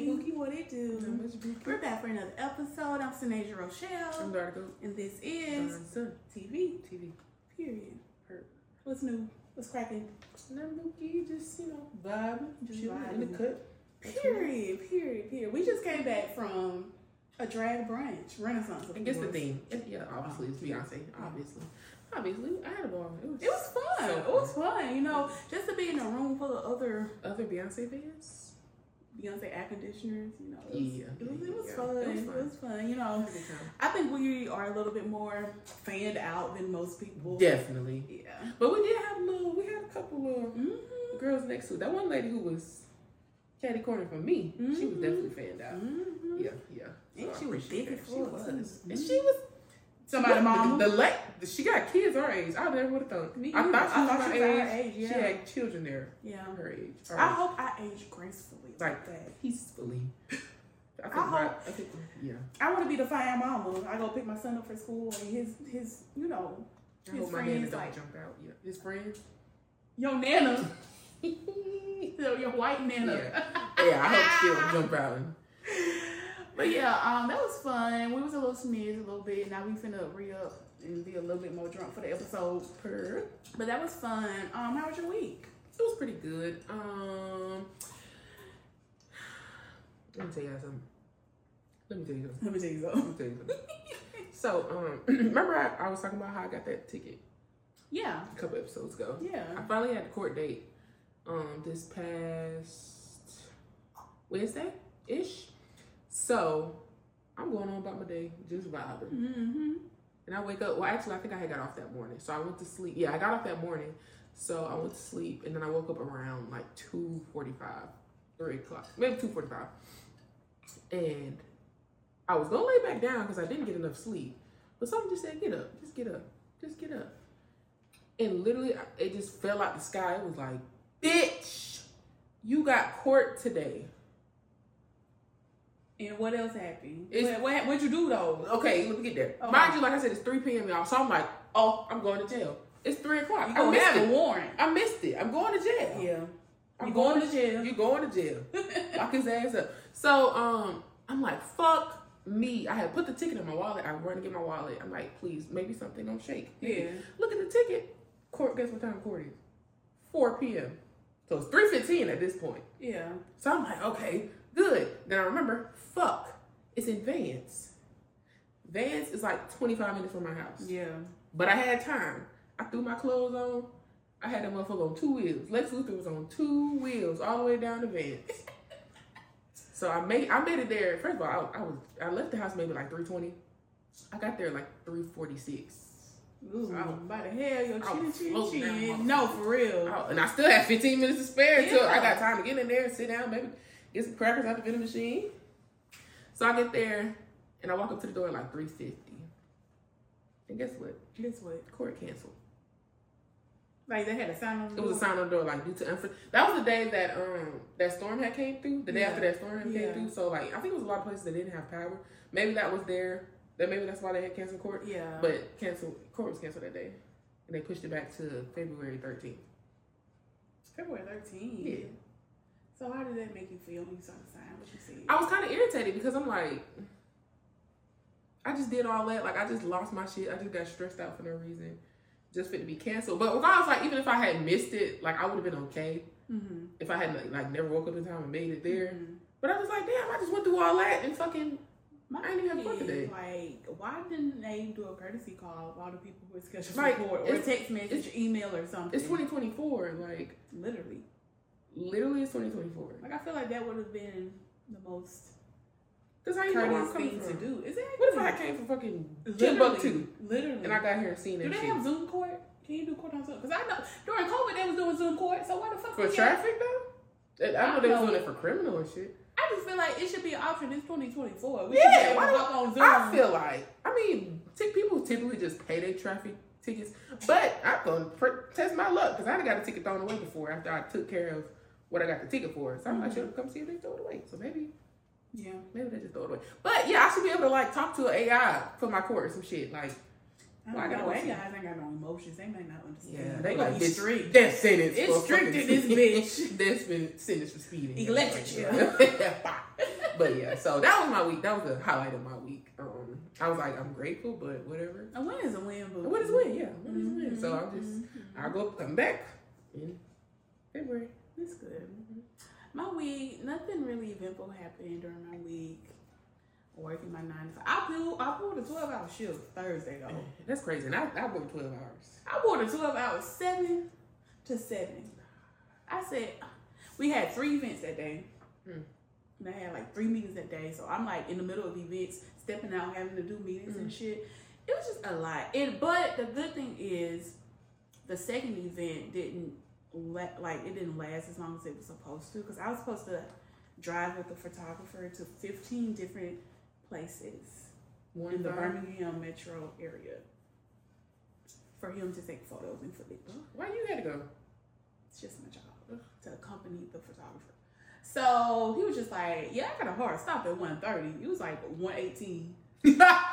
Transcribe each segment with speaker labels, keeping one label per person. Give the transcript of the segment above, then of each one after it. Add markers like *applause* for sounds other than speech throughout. Speaker 1: we do. We're back for another episode. I'm Sinead Rochelle,
Speaker 2: I'm Dark Goop.
Speaker 1: and this is TV.
Speaker 2: TV.
Speaker 1: Period.
Speaker 2: Herb.
Speaker 1: What's new? What's cracking?
Speaker 2: Nambuki just, you know, vibing.
Speaker 1: Just
Speaker 2: chilling in
Speaker 1: vibing.
Speaker 2: the cut.
Speaker 1: Period. Period. Period. We just came back from a drag brunch, Renaissance. of
Speaker 2: I guess the
Speaker 1: course.
Speaker 2: theme. It- yeah, obviously, it's Beyonce. Obviously. Obviously, I had a ball. It was,
Speaker 1: It was fun.
Speaker 2: So
Speaker 1: it was fun. You know, just to be in a room full of other
Speaker 2: Other Beyonce fans?
Speaker 1: Beyonce air conditioners. You know, it was,
Speaker 2: Yeah.
Speaker 1: it was, it was
Speaker 2: Yeah.
Speaker 1: fun.
Speaker 2: It was
Speaker 1: It was fun. You know, I think we are a little bit more fanned out than most people.
Speaker 2: Definitely.
Speaker 1: Yeah.
Speaker 2: But we did have a little, we had a couple of
Speaker 1: Mm-hmm.
Speaker 2: girls next to That one lady who was catty corner for me, she was
Speaker 1: Mhm.
Speaker 2: definitely fanned out.
Speaker 1: Mm-hmm.
Speaker 2: Yeah, yeah.
Speaker 1: And
Speaker 2: So I
Speaker 1: she was
Speaker 2: appreciate
Speaker 1: big
Speaker 2: that.
Speaker 1: as
Speaker 2: She
Speaker 1: fuck,
Speaker 2: was.
Speaker 1: too.
Speaker 2: And she was
Speaker 1: Somebody
Speaker 2: the-
Speaker 1: mama.
Speaker 2: The, late she got kids our age. I never would have thought.
Speaker 1: Me
Speaker 2: I
Speaker 1: either.
Speaker 2: thought she
Speaker 1: I
Speaker 2: was
Speaker 1: thought
Speaker 2: my
Speaker 1: she was our
Speaker 2: age.
Speaker 1: age, yeah.
Speaker 2: She had children there
Speaker 1: yeah.
Speaker 2: her age. Our
Speaker 1: I
Speaker 2: age.
Speaker 1: hope I age gracefully like
Speaker 2: Right.
Speaker 1: that.
Speaker 2: peacefully. *laughs* I think
Speaker 1: I
Speaker 2: my-
Speaker 1: hope-
Speaker 2: I think yeah.
Speaker 1: I want to be the fire mama. I go pick my son up for school and his his you know
Speaker 2: I
Speaker 1: his
Speaker 2: hope my nana
Speaker 1: friends
Speaker 2: don't
Speaker 1: like
Speaker 2: jump out. Yeah. His *laughs* friends.
Speaker 1: yo nana, *laughs* yo your white nana.
Speaker 2: Yeah, I hope she don't jump out and
Speaker 1: *laughs* But yeah, um, that was fun. We was a little smidge, a little bit. Now we finna re up and be a little bit more drunk for the episode.
Speaker 2: purr.
Speaker 1: But that was fun. Um, how was your week?
Speaker 2: It was pretty good. Um Let me tell y'all something. Let me tell you something.
Speaker 1: Let me *laughs* tell you
Speaker 2: Let
Speaker 1: something.
Speaker 2: me tell you something. So, um, *clears throat* remember I, I was talking about how I got that ticket
Speaker 1: Yeah,
Speaker 2: a couple episodes ago.
Speaker 1: yeah.
Speaker 2: I finally had a court date um this past Wednesday ish. So I'm going on about my day, just vibing.
Speaker 1: Mm-hmm.
Speaker 2: And I wake up. Well, actually, I think I had got off that morning, so I went to sleep. Yeah, I got off that morning, so I went to sleep, and then I woke up around like two forty-five, three o'clock, maybe two forty-five, and I was gonna lay back down because I didn't get enough sleep, but something just said, "Get up, just get up, just get up," and literally, I- it just fell out the sky. It was like, "Bitch, you got court today."
Speaker 1: And what else happened?
Speaker 2: It's-
Speaker 1: what, what, what'd you do Oh. though?
Speaker 2: Okay, let me get there.
Speaker 1: Okay.
Speaker 2: Mind you, like I said, it's three p.m. y'all, so I'm like, "Oh, I'm going to jail." It's three o'clock.
Speaker 1: You
Speaker 2: I
Speaker 1: gonna
Speaker 2: missed
Speaker 1: have
Speaker 2: it.
Speaker 1: a warrant?
Speaker 2: I missed it. I'm going to jail.
Speaker 1: Yeah. *laughs*
Speaker 2: I'm
Speaker 1: You going to jail?
Speaker 2: You going to jail? *laughs* Lock his ass up. So um, I'm like, fuck me. I had put the ticket in my wallet. I run to get my wallet. I'm like, please, maybe something don't shake.
Speaker 1: yeah.
Speaker 2: Look at the ticket. Court. Guess what time court is? 4 p.m. So it's 3:15 at this point.
Speaker 1: Yeah.
Speaker 2: So I'm like, okay, good. Then I remember, fuck, it's in Vance. Vance is like 25 minutes from my house.
Speaker 1: Yeah.
Speaker 2: But I had time. I threw my clothes on. I had that motherfucker on two wheels. Lex Luthor was on two wheels all the way down to Vance. *laughs* so I made I made it there. First of all, I, I was I left the house maybe like three twenty. I got there like three forty six.
Speaker 1: Ooh,
Speaker 2: I'll-
Speaker 1: by the hell, your
Speaker 2: I'll
Speaker 1: chin, chin,
Speaker 2: float that
Speaker 1: chin.
Speaker 2: motherfucker.
Speaker 1: No, for real.
Speaker 2: Oh, and I still had fifteen minutes to spare until I
Speaker 1: Yeah.
Speaker 2: got time to get in there and sit down, maybe get some crackers out the vending machine. So I get there and I walk up to the door at like three fifty. And guess what?
Speaker 1: Guess what?
Speaker 2: Court canceled.
Speaker 1: Like they had a sign on the
Speaker 2: It was a
Speaker 1: door.
Speaker 2: sign on the door, like due to unfor- That was the day that um that storm had came through. The day
Speaker 1: Yeah.
Speaker 2: after that storm had
Speaker 1: Yeah.
Speaker 2: came through. So like I think it was a lot of places that didn't have power. Maybe that was there. That maybe that's why they had canceled court.
Speaker 1: Yeah.
Speaker 2: But canceled court was canceled that day, and they pushed it back to February thirteenth.
Speaker 1: February 13th.
Speaker 2: Yeah.
Speaker 1: So how did that make you feel when you saw the sign? What you see?
Speaker 2: I was kind of irritated because I'm like, I just did all that. Like I just lost my shit. I just got stressed out for no reason, just for it to be canceled. But regardless, like even if I had missed it, like I would have been okay
Speaker 1: Mm-hmm.
Speaker 2: if I had like, like never woke up in time and made it there. But I was like, damn, I just went through all that and fucking
Speaker 1: My
Speaker 2: I didn't even have
Speaker 1: thing
Speaker 2: court
Speaker 1: is,
Speaker 2: today.
Speaker 1: Like, why didn't they do a courtesy call of all the people who were scheduled
Speaker 2: Like,
Speaker 1: for court or
Speaker 2: it's-
Speaker 1: text message, email, or something?
Speaker 2: it's 2024. Like,
Speaker 1: Literally.
Speaker 2: literally, it's 2024.
Speaker 1: Like, I feel like that would have been the most
Speaker 2: Because how you know where
Speaker 1: courteous
Speaker 2: I'm coming
Speaker 1: thing to
Speaker 2: from?
Speaker 1: do. Is that
Speaker 2: What if I came from fucking
Speaker 1: Literally.
Speaker 2: Timbuktu
Speaker 1: Literally.
Speaker 2: and I got here and seen
Speaker 1: Do
Speaker 2: that
Speaker 1: they
Speaker 2: shit?
Speaker 1: have Zoom court? Can you do court on Zoom? Because I know during COVID they was doing Zoom court, so why the fuck
Speaker 2: For
Speaker 1: we can't-
Speaker 2: traffic, though? I- I know
Speaker 1: I
Speaker 2: they was
Speaker 1: know.
Speaker 2: doing it for criminal and shit.
Speaker 1: I just feel like it should be an option. It's 2024. We
Speaker 2: Yeah,
Speaker 1: should be able
Speaker 2: why
Speaker 1: to
Speaker 2: the-
Speaker 1: walk on Zoom.
Speaker 2: I feel like, I mean, t- people typically just pay their traffic tickets, but I'm going to pr- test my luck because I done got a ticket thrown away before after I took care of what I got the ticket for. So I'm like,
Speaker 1: Mhm.
Speaker 2: sure, come see if they throw it away. So maybe
Speaker 1: yeah.
Speaker 2: Maybe they just throw it away. But yeah, I should be able to like talk to an AI for my court or some shit. Like,
Speaker 1: I don't
Speaker 2: Well, I gotta
Speaker 1: know.
Speaker 2: go
Speaker 1: They
Speaker 2: see.
Speaker 1: guys ain't got no emotions. They may not understand.
Speaker 2: yeah,
Speaker 1: they
Speaker 2: they
Speaker 1: gonna
Speaker 2: like
Speaker 1: be
Speaker 2: this
Speaker 1: strict.
Speaker 2: Death sentence.
Speaker 1: It's
Speaker 2: for *laughs*
Speaker 1: strict in
Speaker 2: fucking-
Speaker 1: this bitch.
Speaker 2: That's been sentenced for speeding.
Speaker 1: Electric chair.
Speaker 2: Yeah. *laughs* but yeah, so that was my week. That was the highlight of my week. Um, I was like, I'm grateful, but whatever.
Speaker 1: A win is a win, Mm-hmm. boo.
Speaker 2: And What is win? Yeah, what is win? So I'm just,
Speaker 1: Mhm.
Speaker 2: I'll go come back in February.
Speaker 1: It's good. Mm-hmm. My week, nothing really eventful happened during my week. Working my nine to five. I pulled, I pulled a 12 hour shift Thursday though.
Speaker 2: That's crazy. And I, I worked 12 hours.
Speaker 1: I pulled a 12 hour seven to seven. I said, we had three events that day.
Speaker 2: Hmm.
Speaker 1: And I had like three meetings that day. So I'm like in the middle of events, stepping out, having to do meetings and shit. It was just a lot. It, but the good thing is, the second event didn't let like it didn't last as long as it was supposed to because I was supposed to drive with the photographer to 15 different places
Speaker 2: One
Speaker 1: in the
Speaker 2: time.
Speaker 1: Birmingham metro area for him to take photos and for me.
Speaker 2: Why you
Speaker 1: *laughs*
Speaker 2: gotta go?
Speaker 1: It's just my job to accompany the photographer. So he was just like, "Yeah, I got a hard stop at 1:30." He was like 1:18.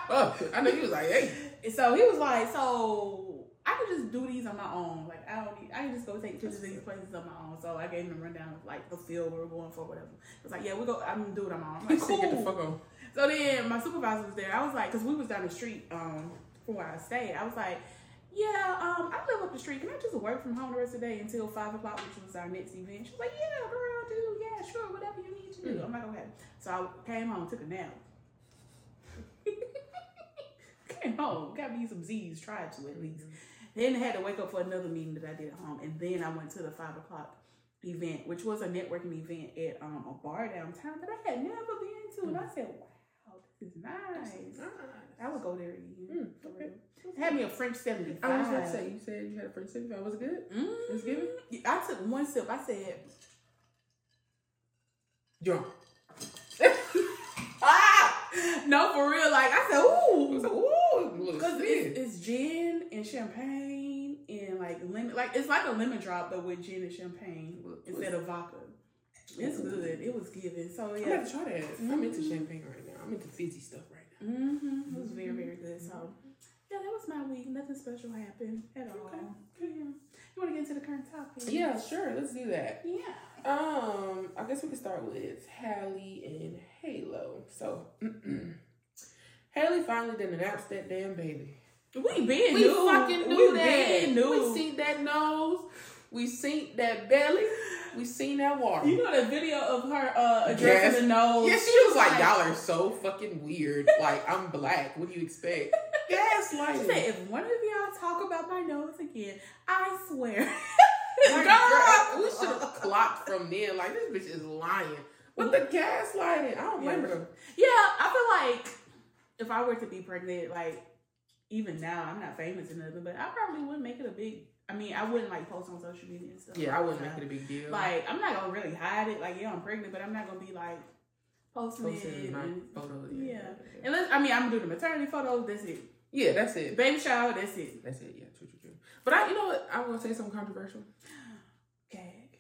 Speaker 2: oh, I know you was like, hey.
Speaker 1: And so he was like, so I could just do these on my own. Like I don't need, I can just go take pictures of these places on my own. So I gave him a rundown of like the field we were going for, whatever. It was like, yeah, we go. I'm gonna do it on my own. I'm
Speaker 2: *laughs* You
Speaker 1: like,
Speaker 2: said get the
Speaker 1: cool.
Speaker 2: fuck on.
Speaker 1: So then my supervisor was there. I was like, because we was down the street um, from where I stayed. I was like, yeah, um, I live up the street. Can I just work from home the rest of the day until 5 o'clock, which was our next event? She was like, yeah, girl, dude, yeah, sure, whatever you need to do. I'm like, okay. So I came home, took a nap. *laughs* came home, got me some Z's, tried to at least. Then had to wake up for another meeting that I did at home. And then I went to the 5 o'clock event, which was a networking event at um, a bar downtown that I had never been to. And I said, wow, this is nice. I would go there again.
Speaker 2: Mm, Ah. okay.
Speaker 1: It Had me a French 75.
Speaker 2: I was about to say, you said you had a friend sip. I was it good. It's good?
Speaker 1: Mm, I took one sip. I said,
Speaker 2: Drunk. *laughs*
Speaker 1: ah! *laughs* No, for real. Like, I said, ooh.
Speaker 2: It was like, ooh, it was
Speaker 1: Because
Speaker 2: thin.
Speaker 1: it's, it's gin and champagne and like lemon, like it's like a lemon drop, but with gin and champagne instead of vodka. It's good. It was given. So
Speaker 2: I'm
Speaker 1: yeah,
Speaker 2: gonna try that. I'm into champagne right now. I'm into fizzy stuff right now.
Speaker 1: hmm it was
Speaker 2: Mm-hmm.
Speaker 1: very very good. So yeah, that was my week. Nothing special happened at all.
Speaker 2: Okay.
Speaker 1: Yeah. You want to get into the current topic?
Speaker 2: Yeah, sure. Let's do that.
Speaker 1: Yeah.
Speaker 2: Um, I guess we can start with Hallie and Halo. So, *clears throat* Hallie finally done announced that damn baby.
Speaker 1: We been
Speaker 2: We
Speaker 1: knew. We
Speaker 2: fucking knew that.
Speaker 1: been knew.
Speaker 2: We seen that nose. We seen that belly. We seen that water.
Speaker 1: You know the video of her uh, addressing
Speaker 2: Yes.
Speaker 1: the nose.
Speaker 2: Yeah, she was like, "Y'all are so fucking weird. Like, I'm black. What do you *laughs* expect?" Yes, like,
Speaker 1: She said, if one of y'all talk about my nose again, I swear. *laughs*
Speaker 2: Like,
Speaker 1: Girl!
Speaker 2: girl, we should *laughs* have clocked from then. Like, this bitch is lying. But the gaslighting, I don't blame her.
Speaker 1: *laughs* Yeah, I feel like if I were to be pregnant, like even now, I'm not famous or nothing, but I probably wouldn't make it a big. I mean, I wouldn't like post on social media and stuff.
Speaker 2: Yeah, I wouldn't make it a big deal.
Speaker 1: Like, I'm not gonna really hide it. Like, yeah, I'm pregnant, but I'm not gonna be like posting,
Speaker 2: posting
Speaker 1: it.
Speaker 2: my
Speaker 1: and-
Speaker 2: photo.
Speaker 1: yeah. Unless I mean, I'm gonna do the maternity photos. That's it.
Speaker 2: Yeah, that's it.
Speaker 1: Baby shower. That's it. *gasps*
Speaker 2: That's it. Yeah, true, true, true. But I, you know what? I'm gonna say something controversial.
Speaker 1: Gag.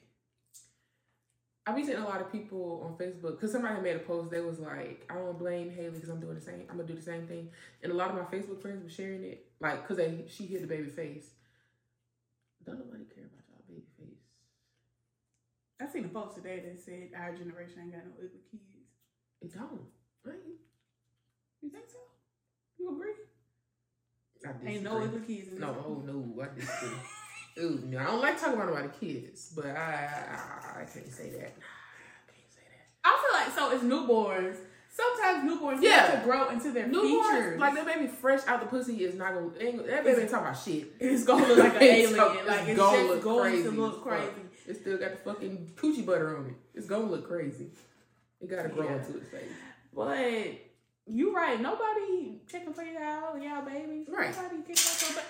Speaker 2: I've been seeing a lot of people on Facebook because somebody made a post. They was like, "I don't blame Haley because I'm doing the same. I'm gonna do the same thing." And a lot of my Facebook friends were sharing it, like, because they she hit the baby face. Don't nobody care about y'all baby face.
Speaker 1: I seen a post today that said our generation ain't got no ugly kids.
Speaker 2: It don't. Right?
Speaker 1: You think so? You agree?
Speaker 2: I
Speaker 1: Ain't no
Speaker 2: disagree.
Speaker 1: ugly kids. In this
Speaker 2: No, oh no, I disagree. Ooh, no, I don't like talking about nobody kids, but I, I I can't say that. I can't say that.
Speaker 1: I feel like so it's newborns. Sometimes newborns
Speaker 2: Yeah.
Speaker 1: yeah. to grow into their
Speaker 2: Newborns,
Speaker 1: features.
Speaker 2: like that baby fresh out the pussy is not gonna. Ain't, that baby ain't talking about shit.
Speaker 1: *laughs* it's gonna look
Speaker 2: *laughs*
Speaker 1: like an
Speaker 2: It's
Speaker 1: alien.
Speaker 2: gonna-
Speaker 1: like it's
Speaker 2: gonna
Speaker 1: just
Speaker 2: look
Speaker 1: going to
Speaker 2: crazy as
Speaker 1: look
Speaker 2: fuck.
Speaker 1: crazy.
Speaker 2: It still got the fucking coochie butter on it. It's gonna look crazy. It gotta grow
Speaker 1: Yeah.
Speaker 2: into its face.
Speaker 1: But you right. Nobody checking for y'all, y'all babies.
Speaker 2: Right.
Speaker 1: Nobody checking for y'all.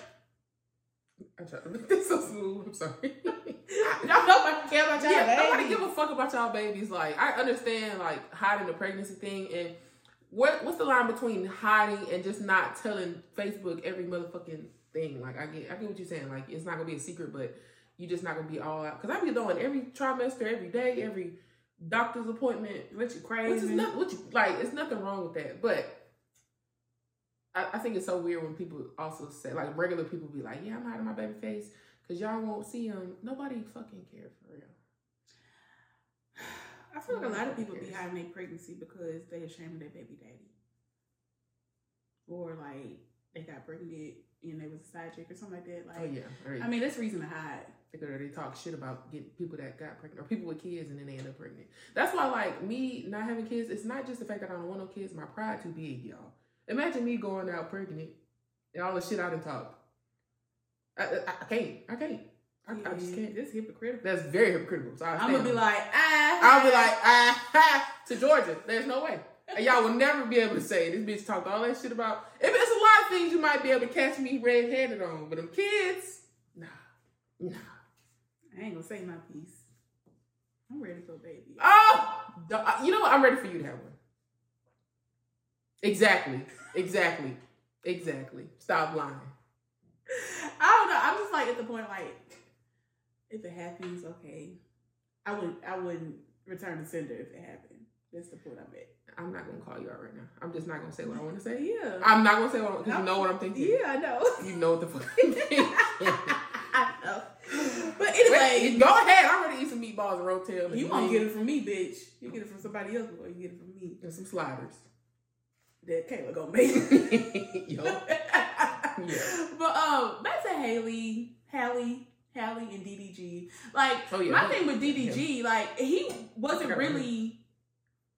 Speaker 2: I try to make this so smooth. I'm sorry.
Speaker 1: ba- *laughs* Y'all nobody care about y'all
Speaker 2: yeah, nobody
Speaker 1: babies.
Speaker 2: give a fuck about y'all babies. Like I understand like hiding the pregnancy thing and what what's the line between hiding and just not telling Facebook every motherfucking thing? Like I get I get what you're saying. Like it's not gonna be a secret, but you just not gonna be all out. Cause I be going every trimester, every day, every doctor's appointment.
Speaker 1: What you crazy?
Speaker 2: Which is not which like it's nothing wrong with that, but I, I think it's so weird when people also say like regular people be like, yeah, I'm hiding my baby face because y'all won't see him. Nobody fucking care for real.
Speaker 1: I feel feel like a lot of people be
Speaker 2: Yes.
Speaker 1: hiding their pregnancy because they ashamed of their baby daddy, or like they got pregnant and they was a side chick or something like that. Like,
Speaker 2: Oh yeah, already.
Speaker 1: I mean, that's reason to hide.
Speaker 2: they could already talk shit about getting people that got pregnant or people with kids and then they end up pregnant. That's why, like me not having kids, it's not just the fact that I don't want no kids. My pride too big, y'all. Imagine me going out pregnant and all the shit I done talked. I, I, I can't. I can't. I, I just
Speaker 1: Yeah,
Speaker 2: can't.
Speaker 1: That's hypocritical.
Speaker 2: That's very hypocritical. So I
Speaker 1: I'm gonna be like, ah,
Speaker 2: I'll be like, ah, *laughs* ha, to Georgia. There's no way. And y'all will never be able to say this bitch talked all that shit about. If it's a lot of things you might be able to catch me red-handed on, but them kids, nah, nah.
Speaker 1: I ain't gonna say my piece. I'm ready for a baby. *laughs*
Speaker 2: Oh, d- uh, you know what? I'm ready for you to have one. Exactly, exactly, exactly. Stop lying.
Speaker 1: I don't know. I'm just like at the point like, if it happens, okay. I would I wouldn't return the sender if it happened. That's the point I'm at.
Speaker 2: I'm not gonna call you out right now. I'm just not gonna say what I want to say.
Speaker 1: Yeah.
Speaker 2: I'm not gonna say what because you know what I'm thinking.
Speaker 1: yeah, I know. *laughs*
Speaker 2: You know what the fuck. I'm thinking.
Speaker 1: I know. But
Speaker 2: Wait,
Speaker 1: anyway,
Speaker 2: go ahead. I'm ready to eat some meatballs and rotel. and
Speaker 1: you won't
Speaker 2: wings
Speaker 1: get it from me, bitch. You get it from somebody else, or you get it from me.
Speaker 2: and
Speaker 1: *laughs*
Speaker 2: some sliders. *laughs*
Speaker 1: That Kayla gonna make.
Speaker 2: Yo, *laughs*
Speaker 1: But um, back to Haley, Hallie, Hallie, and DDG. Like
Speaker 2: Oh, yeah.
Speaker 1: my thing with DDG, like he wasn't
Speaker 2: Forgot about
Speaker 1: really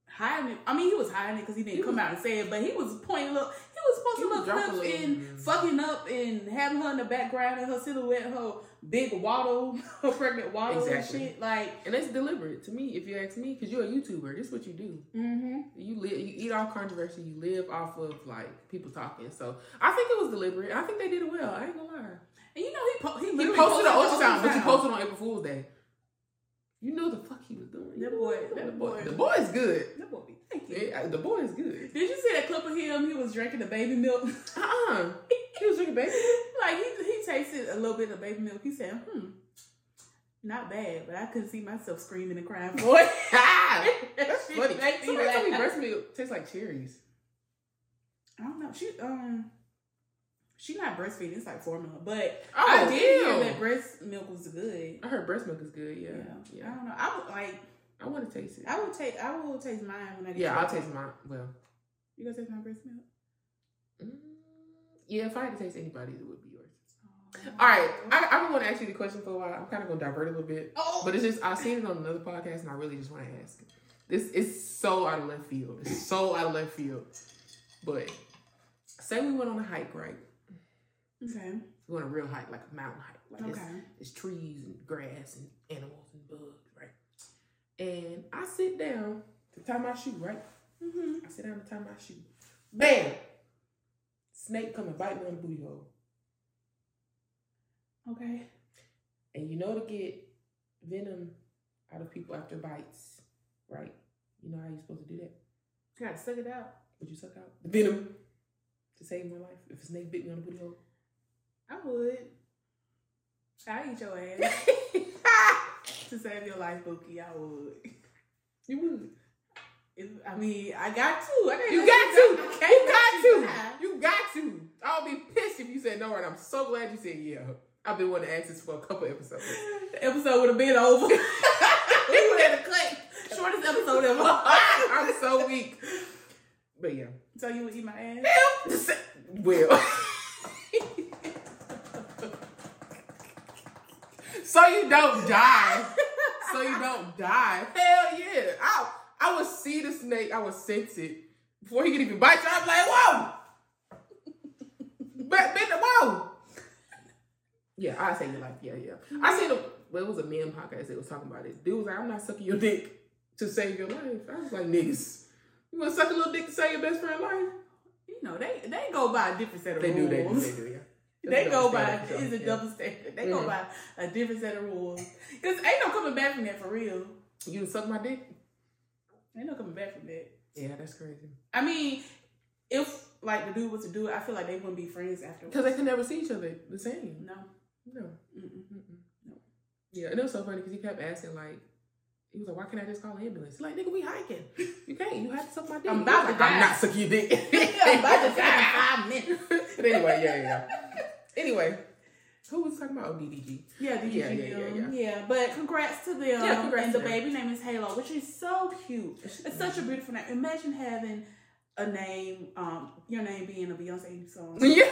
Speaker 1: hiding. It. I mean, he was hiding it because he didn't
Speaker 2: He
Speaker 1: come
Speaker 2: was-
Speaker 1: out and say it, but he was pointing. Look, he was supposed
Speaker 2: He
Speaker 1: to
Speaker 2: was
Speaker 1: look
Speaker 2: dropping
Speaker 1: clips
Speaker 2: little-
Speaker 1: and fucking up and having her in the background and her silhouette, her big waddle, *laughs* her pregnant waddle
Speaker 2: Exactly.
Speaker 1: and shit. Like,
Speaker 2: and it's deliberate to me. If you ask me, because you're a YouTuber, this is what you do.
Speaker 1: mm-hmm.
Speaker 2: You live, you eat off controversy. You live off of like people talking. So I think it was deliberate. I think they did it well. I ain't gonna lie.
Speaker 1: and you know he po- he,
Speaker 2: He
Speaker 1: literally
Speaker 2: posted an
Speaker 1: the
Speaker 2: ultrasound, but he
Speaker 1: ultrasound.
Speaker 2: posted on April Fool's Day. You know the fuck he was
Speaker 1: That
Speaker 2: doing. You know
Speaker 1: boy-
Speaker 2: what
Speaker 1: that
Speaker 2: the boy.
Speaker 1: boy-
Speaker 2: The boy is good.
Speaker 1: That boy be thinking.
Speaker 2: Yeah, the boy is good.
Speaker 1: Did you see that clip of him? He was drinking the baby milk.
Speaker 2: Uh uh
Speaker 1: *laughs*
Speaker 2: He was drinking baby.
Speaker 1: like he he tasted a little bit of baby milk. He said, "Hmm, not bad," but I couldn't see myself screaming and crying for it.
Speaker 2: *laughs* Ah, *laughs* that's
Speaker 1: She *laughs*
Speaker 2: funny.
Speaker 1: makes me
Speaker 2: Somebody told me
Speaker 1: laugh.
Speaker 2: breast milk tastes like cherries.
Speaker 1: I don't know. She um, she not breastfeeding. It's like formula, but
Speaker 2: Oh,
Speaker 1: I did
Speaker 2: ew.
Speaker 1: hear that breast milk was good.
Speaker 2: I heard breast milk is good. Yeah, yeah.
Speaker 1: I don't know. I would like.
Speaker 2: I want to taste it.
Speaker 1: I would taste. I will taste mine when I get.
Speaker 2: yeah,
Speaker 1: back
Speaker 2: I'll
Speaker 1: home.
Speaker 2: taste mine. Well,
Speaker 1: You gonna taste my breast milk?
Speaker 2: mm, yeah. If I had to taste anybody's, it would be yours. *laughs* All right, I, I've been wanting to ask you the question for a while. I'm kind of gonna divert a little bit,
Speaker 1: oh,
Speaker 2: but it's just I seen it on another podcast, and I really just want to ask. it. This is so out of left field. It's so out of left field. But say we went on a hike, right?
Speaker 1: okay.
Speaker 2: We went on a real hike, like a mountain hike, like
Speaker 1: Okay.
Speaker 2: it's It's trees and grass and animals and bugs, right? And I sit down to tie my shoe, right?
Speaker 1: Mm-hmm.
Speaker 2: I sit down to tie my shoe. Bam! Snake come and bite me on the booty hole.
Speaker 1: Okay.
Speaker 2: And you know to get venom out of people after bites, right? You know how you're supposed to do that?
Speaker 1: You gotta suck it out.
Speaker 2: Would you suck out the venom to save my life if a snake bit me on the
Speaker 1: *laughs*
Speaker 2: booty hole?
Speaker 1: I would. I eat your ass. to save your life, Bookie, I would.
Speaker 2: you would.
Speaker 1: If, I mean, I got to. I can't
Speaker 2: You
Speaker 1: let
Speaker 2: got
Speaker 1: go.
Speaker 2: to.
Speaker 1: I can't
Speaker 2: You
Speaker 1: let
Speaker 2: got to.
Speaker 1: die.
Speaker 2: You got to. I'll be pissed if you said no, and I'm so glad you said yeah. I've been wanting to ask this for a couple episodes.
Speaker 1: The episode would have been
Speaker 2: *laughs*
Speaker 1: over. *laughs* we would have clicked. Shortest episode ever.
Speaker 2: *laughs* I'm so weak. But yeah.
Speaker 1: So you would eat my ass?
Speaker 2: Well. so you don't die. So you don't die. Hell yeah. I I would see the snake. I would sense it before he could even bite you. I'm like, whoa. But, but whoa. Yeah, I say your life. Yeah, yeah. I seen a well, it was a man podcast that was talking about it. Dude was like, I'm not sucking your dick to save your life. I was like, niggas, you gonna suck a little dick to save your best friend life?
Speaker 1: You know, they, they go by a different set of
Speaker 2: They do,
Speaker 1: rules.
Speaker 2: they do, they do, yeah.
Speaker 1: They go by
Speaker 2: That's
Speaker 1: it's a
Speaker 2: yeah.
Speaker 1: double standard. They go
Speaker 2: Mhm.
Speaker 1: by a different set of rules. Cause ain't no coming back from that for real.
Speaker 2: You done suck my dick?
Speaker 1: Ain't no coming back from that.
Speaker 2: Yeah, that's crazy.
Speaker 1: I mean, if like the dude was to do it, I feel like they wouldn't be friends afterwards.
Speaker 2: Because they can never see each other the same.
Speaker 1: no.
Speaker 2: No.
Speaker 1: Mm-mm.
Speaker 2: Mm-mm.
Speaker 1: No.
Speaker 2: Yeah, and it was so funny because he kept asking, like, he was like, why can't I just call an ambulance? He's like, nigga, we hiking. You can't. You have to suck my dick.
Speaker 1: I'm
Speaker 2: He
Speaker 1: about
Speaker 2: was
Speaker 1: to
Speaker 2: like,
Speaker 1: die.
Speaker 2: I'm not sucking your *laughs* dick. *laughs*
Speaker 1: I'm about to die in five minutes.
Speaker 2: but anyway, yeah, yeah. yeah. Anyway, who was talking about? Oh, DDG.
Speaker 1: Yeah, did
Speaker 2: Yeah,
Speaker 1: you
Speaker 2: yeah, yeah,
Speaker 1: yeah, But congrats to them.
Speaker 2: Yeah, congrats
Speaker 1: and
Speaker 2: to
Speaker 1: the
Speaker 2: them.
Speaker 1: baby name is Halo, which is so cute. It's such a beautiful name. Imagine having a name, um, your name being a Beyonce song.
Speaker 2: *laughs* Yeah.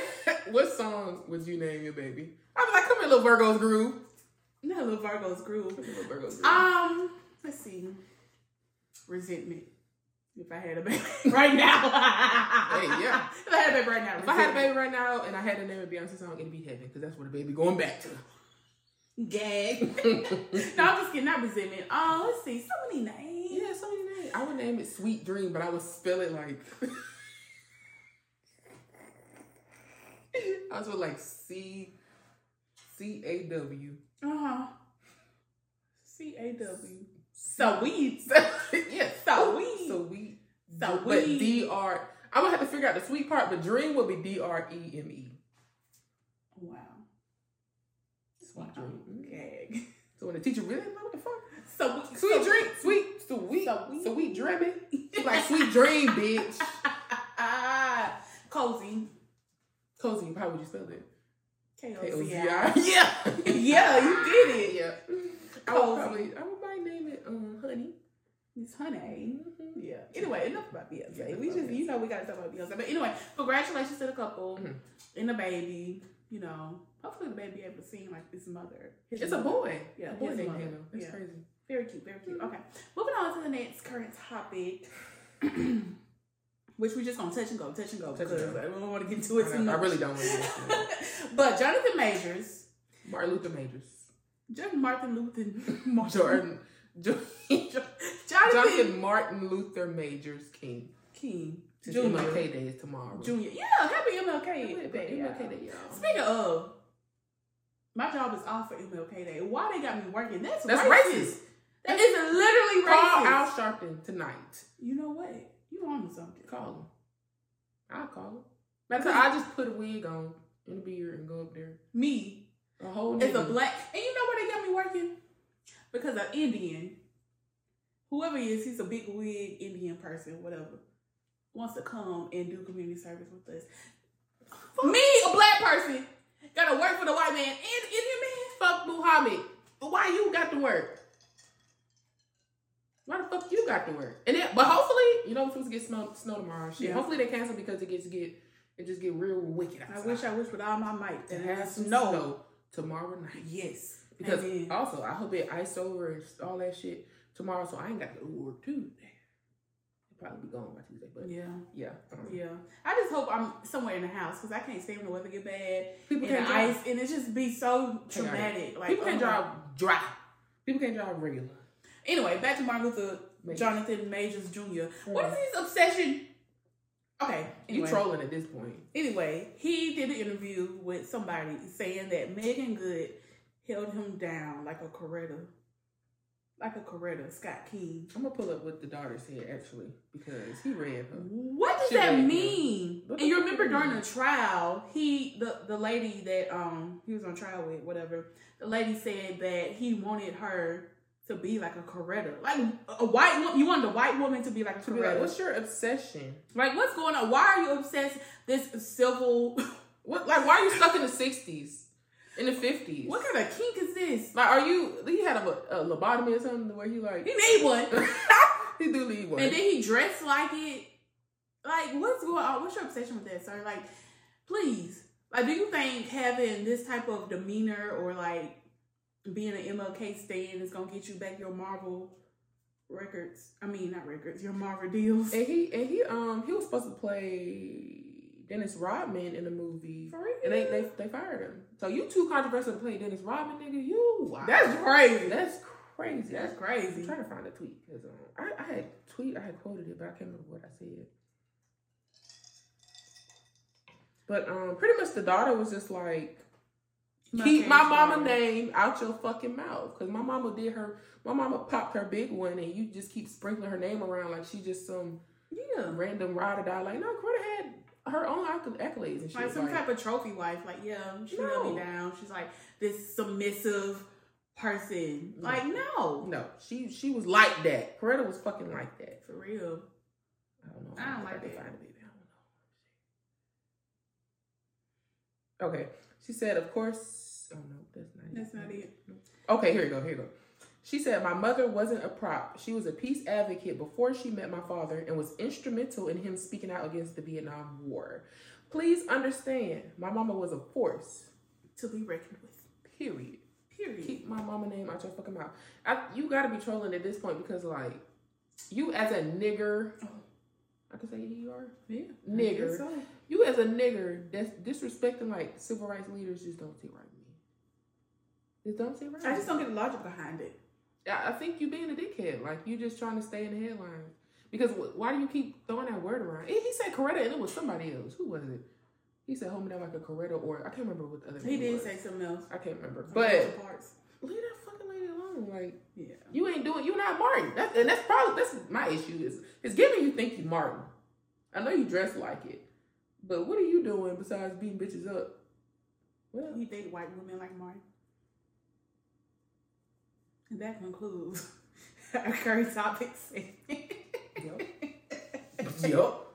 Speaker 2: what song would you name your baby? I was like, come here, little Virgo's groove.
Speaker 1: Not little Virgo's groove.
Speaker 2: Come *laughs* here, little Virgo's groove.
Speaker 1: Um, let's see. Resentment. If I had a baby *laughs* right now.
Speaker 2: *laughs* Hey, yeah.
Speaker 1: If I had a baby right now.
Speaker 2: if I had a
Speaker 1: resentment.
Speaker 2: baby right now and I had to name a Beyonce song, it'd be heaven because that's what a baby going *laughs* back to.
Speaker 1: Gag. *laughs* no, I'm just kidding. Not resentment. Oh, let's see. So many names.
Speaker 2: yeah, so many names. I would name it Sweet Dream, but I would spell it like. *laughs* I was with like C C A W.
Speaker 1: Uh-huh. C-A-W. Sweet.
Speaker 2: *laughs* yeah,
Speaker 1: So we-
Speaker 2: So we.
Speaker 1: So
Speaker 2: But
Speaker 1: we-
Speaker 2: D R. I'm gonna have to figure out the sweet part, but dream will be D R E M E.
Speaker 1: Wow.
Speaker 2: Sweet
Speaker 1: Wow.
Speaker 2: dream.
Speaker 1: Gag.
Speaker 2: Mm-hmm. So when the teacher really like, what the fuck?
Speaker 1: *laughs* So
Speaker 2: Sweet dream, sweet, sweet,
Speaker 1: Sweet.
Speaker 2: sweet, sweet dreaming.
Speaker 1: *laughs*
Speaker 2: She's like sweet dream, bitch.
Speaker 1: Ah, cozy.
Speaker 2: Cozy, how would you spell that?
Speaker 1: K-O-Z-I. *laughs*
Speaker 2: K-O-Z-I. *laughs* Yeah.
Speaker 1: Yeah, you did it.
Speaker 2: Yeah. I would probably, I would might name it um, Honey.
Speaker 1: It's honey.
Speaker 2: Mhm.
Speaker 1: Yeah. Anyway, enough about Beyonce.
Speaker 2: Yeah,
Speaker 1: we
Speaker 2: enough
Speaker 1: just,
Speaker 2: about
Speaker 1: you know, we gotta talk about Beyonce. But anyway, congratulations to the couple
Speaker 2: Mhm.
Speaker 1: and the baby. You know, hopefully the baby able to sing like his mother. His
Speaker 2: It's a
Speaker 1: mother.
Speaker 2: boy.
Speaker 1: Yeah,
Speaker 2: A boy
Speaker 1: his
Speaker 2: named
Speaker 1: mother.
Speaker 2: Halo. That's
Speaker 1: Yeah.
Speaker 2: crazy.
Speaker 1: Very cute, very cute.
Speaker 2: Mhm.
Speaker 1: Okay, moving on to the next current
Speaker 2: *clears throat*
Speaker 1: topic, which we just gonna touch and go, touch and go,
Speaker 2: Touch and
Speaker 1: because
Speaker 2: go.
Speaker 1: I don't want to get into
Speaker 2: I,
Speaker 1: it too
Speaker 2: don't- I
Speaker 1: much.
Speaker 2: really don't want to. *laughs*
Speaker 1: but Jonathan Majors,
Speaker 2: Martin Luther Majors.
Speaker 1: Jonathan Martin Luther, *laughs* Martin,
Speaker 2: *laughs* Jordan. Jo-
Speaker 1: Jonathan,
Speaker 2: Jonathan Martin Luther Majors King.
Speaker 1: King
Speaker 2: Since
Speaker 1: Junior,
Speaker 2: MLK Day is tomorrow.
Speaker 1: Junior, yeah, happy MLK
Speaker 2: MLK
Speaker 1: Day.
Speaker 2: Day,
Speaker 1: y'all.
Speaker 2: y'all.
Speaker 1: Speaking of, my job is off for MLK Day. Why they got me working? That's
Speaker 2: That's
Speaker 1: racist.
Speaker 2: racist.
Speaker 1: That is literally
Speaker 2: Call
Speaker 1: racist.
Speaker 2: Al Sharpton tonight.
Speaker 1: You know what? You on to something?
Speaker 2: Call him. I'll call him. Matter of fact, I just put a wig on and a beard and go up there.
Speaker 1: Me
Speaker 2: A whole
Speaker 1: It's a
Speaker 2: nigga.
Speaker 1: black, and you know where they got me working? Because an Indian, whoever he is, he's a big wig Indian person, whatever, wants to come and do community service with us. Me, a black person, gotta work for the white man and Indian man.
Speaker 2: fuck Muhammad. But why you got to work? Why the fuck you got to work? And then, but hopefully, you know, it's supposed to get snow, snow tomorrow. and Shit.
Speaker 1: Yeah.
Speaker 2: Hopefully they cancel because it gets get it just get real wicked
Speaker 1: I
Speaker 2: outside.
Speaker 1: wish I wish with all my might
Speaker 2: to
Speaker 1: that
Speaker 2: have
Speaker 1: has
Speaker 2: some
Speaker 1: no.
Speaker 2: snow tomorrow night.
Speaker 1: Yes,
Speaker 2: Because
Speaker 1: Amen.
Speaker 2: also, I hope it iced over and all that shit tomorrow, so I ain't got to go to work Tuesday. I'll probably be gone by Tuesday, but
Speaker 1: yeah,
Speaker 2: yeah, um,
Speaker 1: yeah. I just hope I'm somewhere in the house because I can't stand when the weather get bad
Speaker 2: people
Speaker 1: and the
Speaker 2: can't
Speaker 1: ice,
Speaker 2: drive.
Speaker 1: and it just be so
Speaker 2: Hang on.
Speaker 1: traumatic. Like
Speaker 2: People can't
Speaker 1: oh my-
Speaker 2: drive dry. People can't drive regular.
Speaker 1: Anyway, back to Martin Luther
Speaker 2: Majors.
Speaker 1: Jonathan Majors Jr. What
Speaker 2: Mhm.
Speaker 1: is his obsession? Okay,
Speaker 2: You
Speaker 1: anyway,
Speaker 2: trolling at this point.
Speaker 1: anyway, he did an interview with somebody saying that Megan Good held him down like a Coretta, like a Coretta Scott King.
Speaker 2: I'm gonna pull up what the daughter said actually because he read her.
Speaker 1: What does
Speaker 2: Shit,
Speaker 1: that
Speaker 2: Megan.
Speaker 1: mean? and
Speaker 2: What the
Speaker 1: you
Speaker 2: fuck
Speaker 1: remember
Speaker 2: that
Speaker 1: during the
Speaker 2: mean?
Speaker 1: trial, he the the lady that um he was on trial with, whatever, the lady said that he wanted her to be like a Coretta, like a- a white woman. You wanted a white woman to be like a
Speaker 2: To be like,
Speaker 1: Coretta.
Speaker 2: what's your obsession?
Speaker 1: Like, what's going on? Why are you obsessed this civil?
Speaker 2: What like why are you stuck in the '60s, in the '50s?
Speaker 1: what kind of kink is this?
Speaker 2: Like, are you? He had a, a lobotomy or something where he like
Speaker 1: He need one,
Speaker 2: *laughs* he do leave one.
Speaker 1: and then he dressed like it. Like, what's going on? What's your obsession with that, sir? Like, please. Like, do you think having this type of demeanor or like being an MLK stand is gonna get you back your Marvel records? I mean, not records, your Marvel deals.
Speaker 2: And he and he um he was supposed to play Dennis Rodman in the movie,
Speaker 1: For real?
Speaker 2: and they they, they fired him. So you too controversial to play Dennis Rodman, nigga. You wow.
Speaker 1: that's crazy.
Speaker 2: that's crazy.
Speaker 1: That's
Speaker 2: I'm
Speaker 1: crazy.
Speaker 2: trying to find a tweet because um I, I had tweet I had quoted it, but I can't remember what I said. But um pretty much the daughter was just like keep my mama name out your fucking mouth because my mama did her my mama popped her big one and you just keep sprinkling her name around like she just some
Speaker 1: Yeah.
Speaker 2: random ride or die. Like, no, Coretta had her own acc- accolades and shit.
Speaker 1: like some
Speaker 2: like,
Speaker 1: type of trophy wife. Like, yeah, she let me
Speaker 2: No.
Speaker 1: down. She's like this submissive person.
Speaker 2: No.
Speaker 1: Like, no,
Speaker 2: no, she she was like that. Coretta was fucking like that.
Speaker 1: for real.
Speaker 2: I don't know.
Speaker 1: I don't
Speaker 2: if
Speaker 1: like
Speaker 2: can
Speaker 1: that.
Speaker 2: find it, baby. I don't know. Okay. She said, of course, Oh no, that's not it.
Speaker 1: That's not it.
Speaker 2: Okay, here you go. Here you go. She said, My mother wasn't a prop. She was a peace advocate before she met my father and was instrumental in him speaking out against the Vietnam War. Please understand, my mama was a force.
Speaker 1: To be reckoned with.
Speaker 2: Period.
Speaker 1: Period.
Speaker 2: Keep my mama name out your fucking mouth. I, you gotta be trolling at this point because, like, you as a nigger, I can say you are.
Speaker 1: Yeah.
Speaker 2: Nigger.
Speaker 1: I guess so.
Speaker 2: You as a nigger that's disrespecting like civil rights leaders just don't sit right with me. Just don't sit right.
Speaker 1: I just don't get the logic behind it.
Speaker 2: I I think you being a dickhead. Like you just trying to stay in the headlines. Because wh- why do you keep throwing that word around? He he said Coretta, and it was somebody else. Who was it? He said hold me down like a Coretta, or I can't remember what the other.
Speaker 1: He
Speaker 2: name
Speaker 1: did
Speaker 2: was.
Speaker 1: say something else.
Speaker 2: I can't remember.
Speaker 1: Some
Speaker 2: But
Speaker 1: other parts.
Speaker 2: leave that fucking lady alone. Like
Speaker 1: yeah.
Speaker 2: you ain't doing. You not Martin. That's and that's probably that's my issue is is giving you think you Martin. I know you dress like it, but what are you doing besides beating bitches up? Well,
Speaker 1: He date white women like Martin. And that concludes *laughs* our current topics.
Speaker 2: yup, *laughs* yup,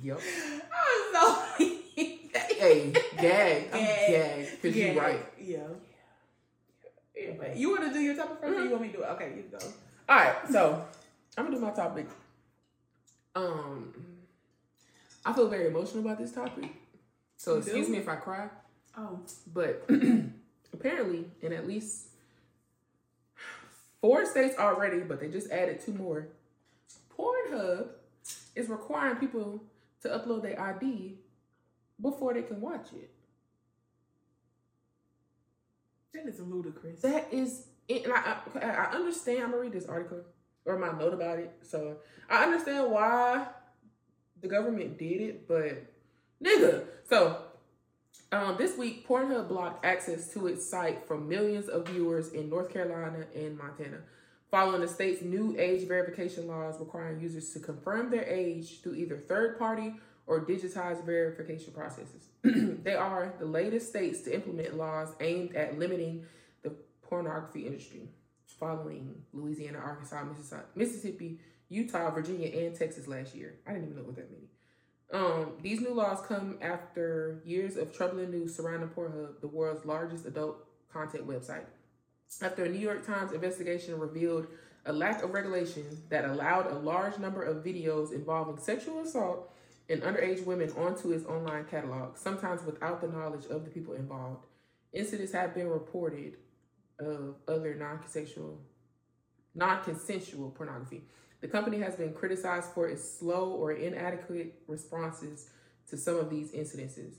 Speaker 2: yup.
Speaker 1: *laughs* I'm sorry.
Speaker 2: Hey, gag, I'm
Speaker 1: Gag.
Speaker 2: gag, cause you right.
Speaker 1: Yeah. Anyway, you want to do your topic 1st or you want me to do it? Okay, you go.
Speaker 2: All right, so I'm gonna do my topic. Um, I feel very emotional about this topic, so
Speaker 1: You
Speaker 2: excuse
Speaker 1: do?
Speaker 2: me if I cry.
Speaker 1: Oh,
Speaker 2: But *clears throat* apparently, in at least four states already, but they just added two more, Pornhub is requiring people to upload their ID before they can watch it.
Speaker 1: that is ludicrous.
Speaker 2: That is, it. and I, I, I understand. I'm gonna read this article or my note about it. So I understand why the government did it, but nigga. So um, this week, Pornhub blocked access to its site from millions of viewers in North Carolina and Montana, following the state's new age verification laws requiring users to confirm their age through either third party or digitized verification processes. *clears throat* they are the latest states to implement laws aimed at limiting the pornography industry, following Louisiana, Arkansas, Mississi- Mississippi, Utah, Virginia, and Texas last year. I didn't even know what that meant. Um, these new laws come after years of troubling news surrounding Pornhub, the world's largest adult content website. After a New York Times investigation revealed a lack of regulation that allowed a large number of videos involving sexual assault and underage women onto its online catalog, sometimes without the knowledge of the people involved. Incidents have been reported of other non-consensual non-consensual pornography. The company has been criticized for its slow or inadequate responses to some of these incidences.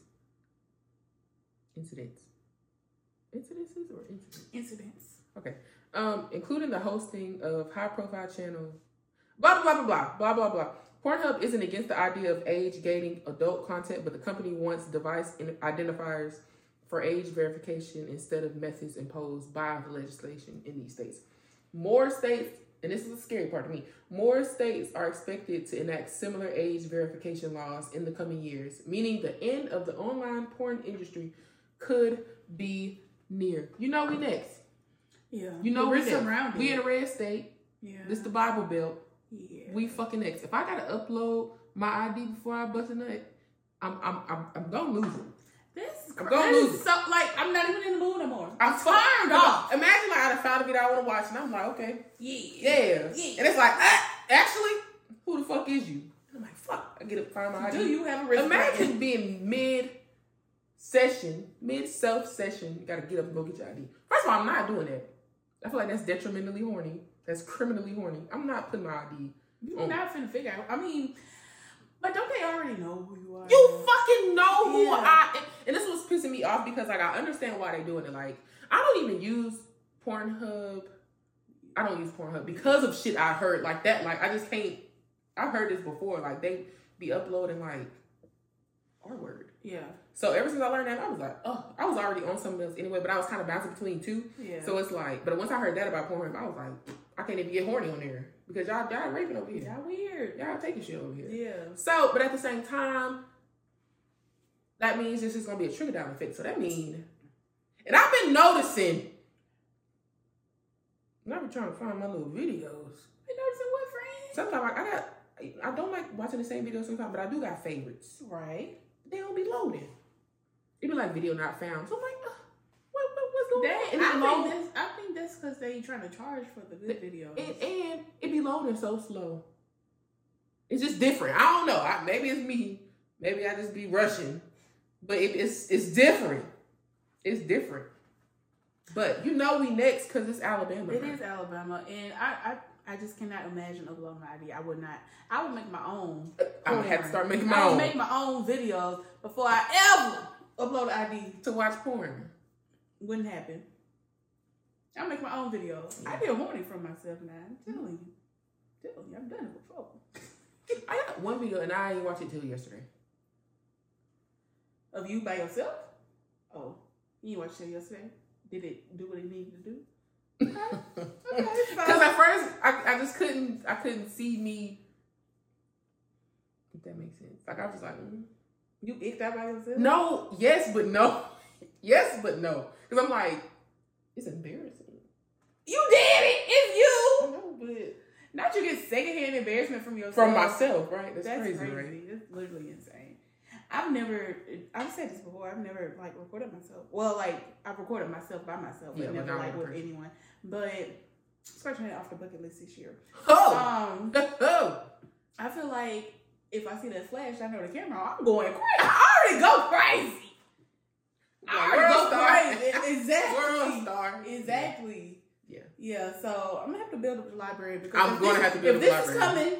Speaker 2: Incidents. Incidences or incidents?
Speaker 1: Incidents.
Speaker 2: um, including the hosting of high profile channels. Blah, blah, blah, blah, blah, blah, blah. Pornhub isn't against the idea of age gating adult content, but the company wants device in- identifiers for age verification instead of methods imposed by the legislation in these states. More states, and this is the scary part to me, more states are expected to enact similar age verification laws in the coming years, meaning the end of the online porn industry could be near. You know, we next.
Speaker 1: Yeah.
Speaker 2: You know
Speaker 1: But
Speaker 2: we're
Speaker 1: we're
Speaker 2: there.
Speaker 1: surrounded.
Speaker 2: We in a red state.
Speaker 1: yeah.
Speaker 2: This the Bible Belt.
Speaker 1: yeah.
Speaker 2: We fucking next. If I gotta upload my ID before I bust a nut, I'm I'm I'm, I'm gonna lose it.
Speaker 1: This is
Speaker 2: I'm
Speaker 1: crazy.
Speaker 2: gonna
Speaker 1: That
Speaker 2: lose
Speaker 1: is
Speaker 2: it.
Speaker 1: so like I'm not even in the mood no more.
Speaker 2: I'm fired
Speaker 1: off.
Speaker 2: Imagine like I done found a video I want to watch, and I'm like, okay,
Speaker 1: Yeah.
Speaker 2: yeah,
Speaker 1: Yeah.
Speaker 2: and it's like, ah, actually, who the fuck is you? And I'm like, fuck. I get to find my ID.
Speaker 1: Do you have a risk? *laughs*
Speaker 2: Imagine being mid session, mid self session. You gotta get up and go get your ID. First of all, I'm not doing that. I feel like that's detrimentally horny. That's criminally horny. I'm not putting my ID.
Speaker 1: You're not finna figure out. I mean, but don't they already know who you are?
Speaker 2: You fucking know who
Speaker 1: Yeah.
Speaker 2: I am. And this was pissing me off because like I understand why they're doing it. Like I don't even use Pornhub. I don't use Pornhub because of shit I heard like that. Like I just can't. I heard this before. Like they be uploading like R word.
Speaker 1: yeah.
Speaker 2: So ever since I learned that, I was like, oh, I was already on something else anyway. But I was kind of bouncing between two.
Speaker 1: Yeah.
Speaker 2: So it's like, but once I heard that about Pornhub, I was like, I can't even get horny on there because y'all y'all raping over here.
Speaker 1: Y'all weird.
Speaker 2: Y'all taking shit over here.
Speaker 1: Yeah.
Speaker 2: So, but at the same time, that means this is gonna be a trickle down effect. So that means, and I've been noticing. And I've been trying to find my little videos.
Speaker 1: You noticing what, friend?
Speaker 2: Sometimes I, I got, I don't like watching the same videos sometimes, but I do got favorites.
Speaker 1: Right.
Speaker 2: They don't be loading. It be like video not found. So I'm like, uh, what, what, what's
Speaker 1: That,
Speaker 2: And it's
Speaker 1: I,
Speaker 2: long.
Speaker 1: think that's, I think that's because they trying to charge for the good videos.
Speaker 2: And, and it be loading so slow. It's just different. I don't know. I, maybe it's me. Maybe I just be rushing. But it, it's it's different. It's different. But you know we next because it's Alabama.
Speaker 1: It
Speaker 2: bro.
Speaker 1: is Alabama, and I, I I just cannot imagine uploading my ID. I would not. I would make my own.
Speaker 2: I'm gonna have to start making my
Speaker 1: I would
Speaker 2: own
Speaker 1: make my own videos before I ever upload an ID.
Speaker 2: to watch porn.
Speaker 1: Wouldn't happen. I make my own videos. I get a warning from myself now. I'm telling you, telling you, I've done it before.
Speaker 2: I got one video and I ain't watched it till yesterday.
Speaker 1: Of you by yourself? Oh, you watched it yesterday. Did it do what it needed to do?
Speaker 2: *laughs*
Speaker 1: Okay. Okay, it's fine.
Speaker 2: Because at first I, I just couldn't I couldn't see me. If that makes sense. Like I was just like. mm.
Speaker 1: You icked out by yourself?
Speaker 2: No, yes, but no. *laughs* Yes, but no. Because I'm like, it's embarrassing.
Speaker 1: You did it. It's you.
Speaker 2: I know, but
Speaker 1: Not you get secondhand embarrassment from yourself.
Speaker 2: from myself, right? That's,
Speaker 1: That's
Speaker 2: crazy,
Speaker 1: crazy.
Speaker 2: right?
Speaker 1: That's literally insane. I've never, I've said this before. I've never like recorded myself. Well, like I've recorded myself by myself, but
Speaker 2: Yeah,
Speaker 1: never
Speaker 2: without
Speaker 1: like
Speaker 2: one
Speaker 1: with
Speaker 2: person.
Speaker 1: anyone. But scratching it off the bucket list this year.
Speaker 2: *laughs* Oh,
Speaker 1: Um,
Speaker 2: oh,
Speaker 1: I feel like if I see that flash, I know the camera. on, I'm going crazy. I already go crazy. I
Speaker 2: World
Speaker 1: already go
Speaker 2: star.
Speaker 1: crazy. Exactly.
Speaker 2: *laughs* world star.
Speaker 1: Exactly.
Speaker 2: Yeah.
Speaker 1: Yeah. So I'm gonna have to build up the library because
Speaker 2: I'm
Speaker 1: if
Speaker 2: gonna
Speaker 1: this-
Speaker 2: have to
Speaker 1: if
Speaker 2: build up the
Speaker 1: this
Speaker 2: library.
Speaker 1: is coming.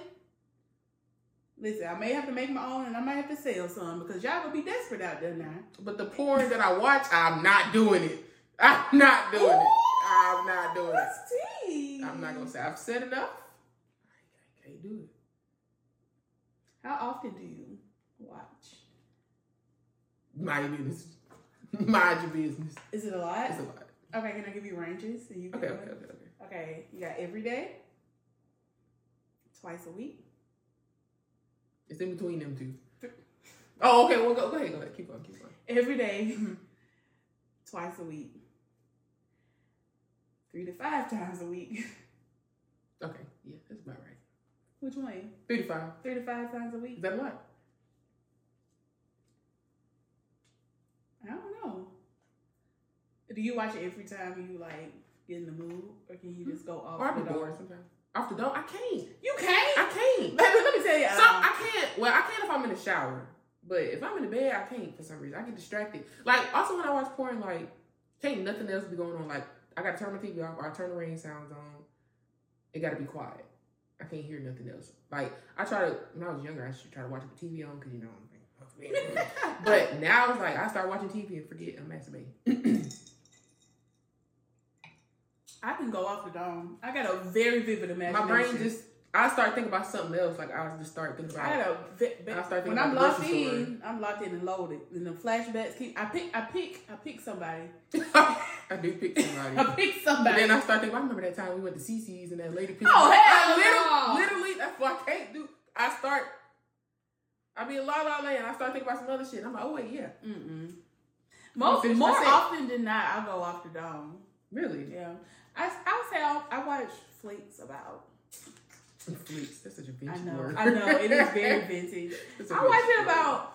Speaker 1: Listen, I may have to make my own, and I might have to sell some because y'all gonna be desperate out there now.
Speaker 2: But the porn that I watch, I'm not doing it. *laughs* I'm not doing it. I'm not doing it.
Speaker 1: That's tea.
Speaker 2: I'm not gonna say I've said enough. I can't do it.
Speaker 1: How often do you watch?
Speaker 2: Mind your business. *laughs* Mind your business.
Speaker 1: Is it a lot?
Speaker 2: It's a lot.
Speaker 1: okay, can I give you ranges? And you can
Speaker 2: Okay,
Speaker 1: do
Speaker 2: okay,
Speaker 1: it?
Speaker 2: okay, okay.
Speaker 1: Okay, you got every day, twice a week.
Speaker 2: It's in between them two. Oh, okay. Well, go, go ahead. Go ahead. Keep going. Keep going.
Speaker 1: Every day, *laughs* twice a week, three to five times a week.
Speaker 2: Okay. Yeah, that's about right.
Speaker 1: Which one?
Speaker 2: Three to five.
Speaker 1: Three to five times a week.
Speaker 2: Is that a lot?
Speaker 1: I don't know. Do you watch it every time you like get in the mood, or can you just go off
Speaker 2: Hmm? Or I
Speaker 1: the
Speaker 2: be bored
Speaker 1: door?
Speaker 2: sometimes. Off the door, I can't.
Speaker 1: You can't,
Speaker 2: I
Speaker 1: baby. *laughs*
Speaker 2: can't.
Speaker 1: Let me tell you.
Speaker 2: So
Speaker 1: um,
Speaker 2: I can't. Well, I can if I'm in the shower, but if I'm in the bed, I can't for some reason. I get distracted. Like also when I watch porn, like can't nothing else be going on. Like I gotta turn my TV off or I turn the rain sounds on. It gotta be quiet. I can't hear nothing else. Like I try to when I was younger, I should try to watch the TV on because you know I'm like.
Speaker 1: *laughs*
Speaker 2: *laughs* But now it's like I start watching TV and forget I'm masturbating.
Speaker 1: I can go off the dome. I got a very vivid
Speaker 2: My
Speaker 1: imagination.
Speaker 2: brain just I start thinking about something else. Like I just start thinking
Speaker 1: I
Speaker 2: about
Speaker 1: got a. vi- vi-
Speaker 2: I start thinking
Speaker 1: when I'm
Speaker 2: about
Speaker 1: locked
Speaker 2: the
Speaker 1: in,
Speaker 2: grocery
Speaker 1: I'm locked in and loaded, and the flashbacks keep. I pick, I pick, I pick somebody.
Speaker 2: *laughs* I do
Speaker 1: *laughs*
Speaker 2: pick
Speaker 1: I
Speaker 2: somebody.
Speaker 1: pick
Speaker 2: But
Speaker 1: somebody.
Speaker 2: then I start thinking, I remember that time we went to CC's and that lady picked
Speaker 1: Oh,
Speaker 2: me up.
Speaker 1: hell
Speaker 2: I
Speaker 1: no.
Speaker 2: literally, literally, that's what I can't do. I start, I be in La La Land. I start thinking about some other shit. I'm like, oh, wait, yeah.
Speaker 1: Mm-mm.
Speaker 2: I'ma
Speaker 1: Most,
Speaker 2: finish
Speaker 1: more
Speaker 2: my set.
Speaker 1: often than not, I go off the dome.
Speaker 2: Really?
Speaker 1: Yeah, I, I would say I, I watch flicks about.
Speaker 2: Fleets. That's such a
Speaker 1: I
Speaker 2: vintage
Speaker 1: know,
Speaker 2: word.
Speaker 1: I know, it is *laughs*
Speaker 2: *laughs*
Speaker 1: very vintage.
Speaker 2: It's a
Speaker 1: I watch
Speaker 2: vintage
Speaker 1: it
Speaker 2: word.
Speaker 1: about.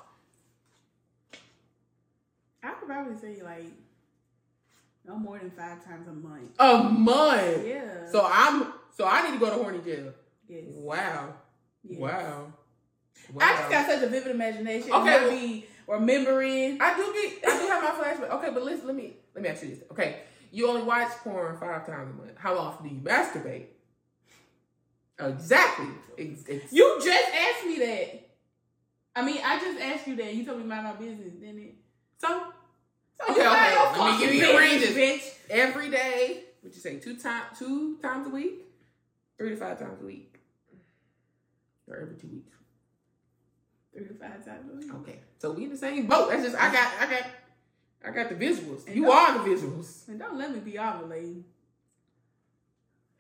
Speaker 1: I could probably say like no more than five times a month.
Speaker 2: a month.
Speaker 1: Yeah.
Speaker 2: So I'm, so I need to go to horny jail.
Speaker 1: yes.
Speaker 2: Wow.
Speaker 1: yes.
Speaker 2: Wow. wow.
Speaker 1: I just got such a vivid imagination.
Speaker 2: Okay,
Speaker 1: Okay. I
Speaker 2: well-
Speaker 1: be remembering.
Speaker 2: I do get I do have my flashback. Okay, but listen, let me let me ask you this. Okay. You only watch porn five times a month. How often do you masturbate? Exactly. Ex- ex-
Speaker 1: You just asked me that. I mean, I just asked you that. You told me mind my business, didn't it?
Speaker 2: so
Speaker 1: So
Speaker 2: Okay,
Speaker 1: you mind your
Speaker 2: okay, let me
Speaker 1: fucking
Speaker 2: give you
Speaker 1: business,
Speaker 2: the
Speaker 1: bitch.
Speaker 2: every day, would you say two time two times a week? Three to five times a week. Or every two weeks.
Speaker 1: Three to five times a week.
Speaker 2: Okay. So we in the same boat. That's just I got I got I got the visuals.
Speaker 1: And
Speaker 2: You
Speaker 1: don't-
Speaker 2: are the visuals.
Speaker 1: And don't let me be ovulating.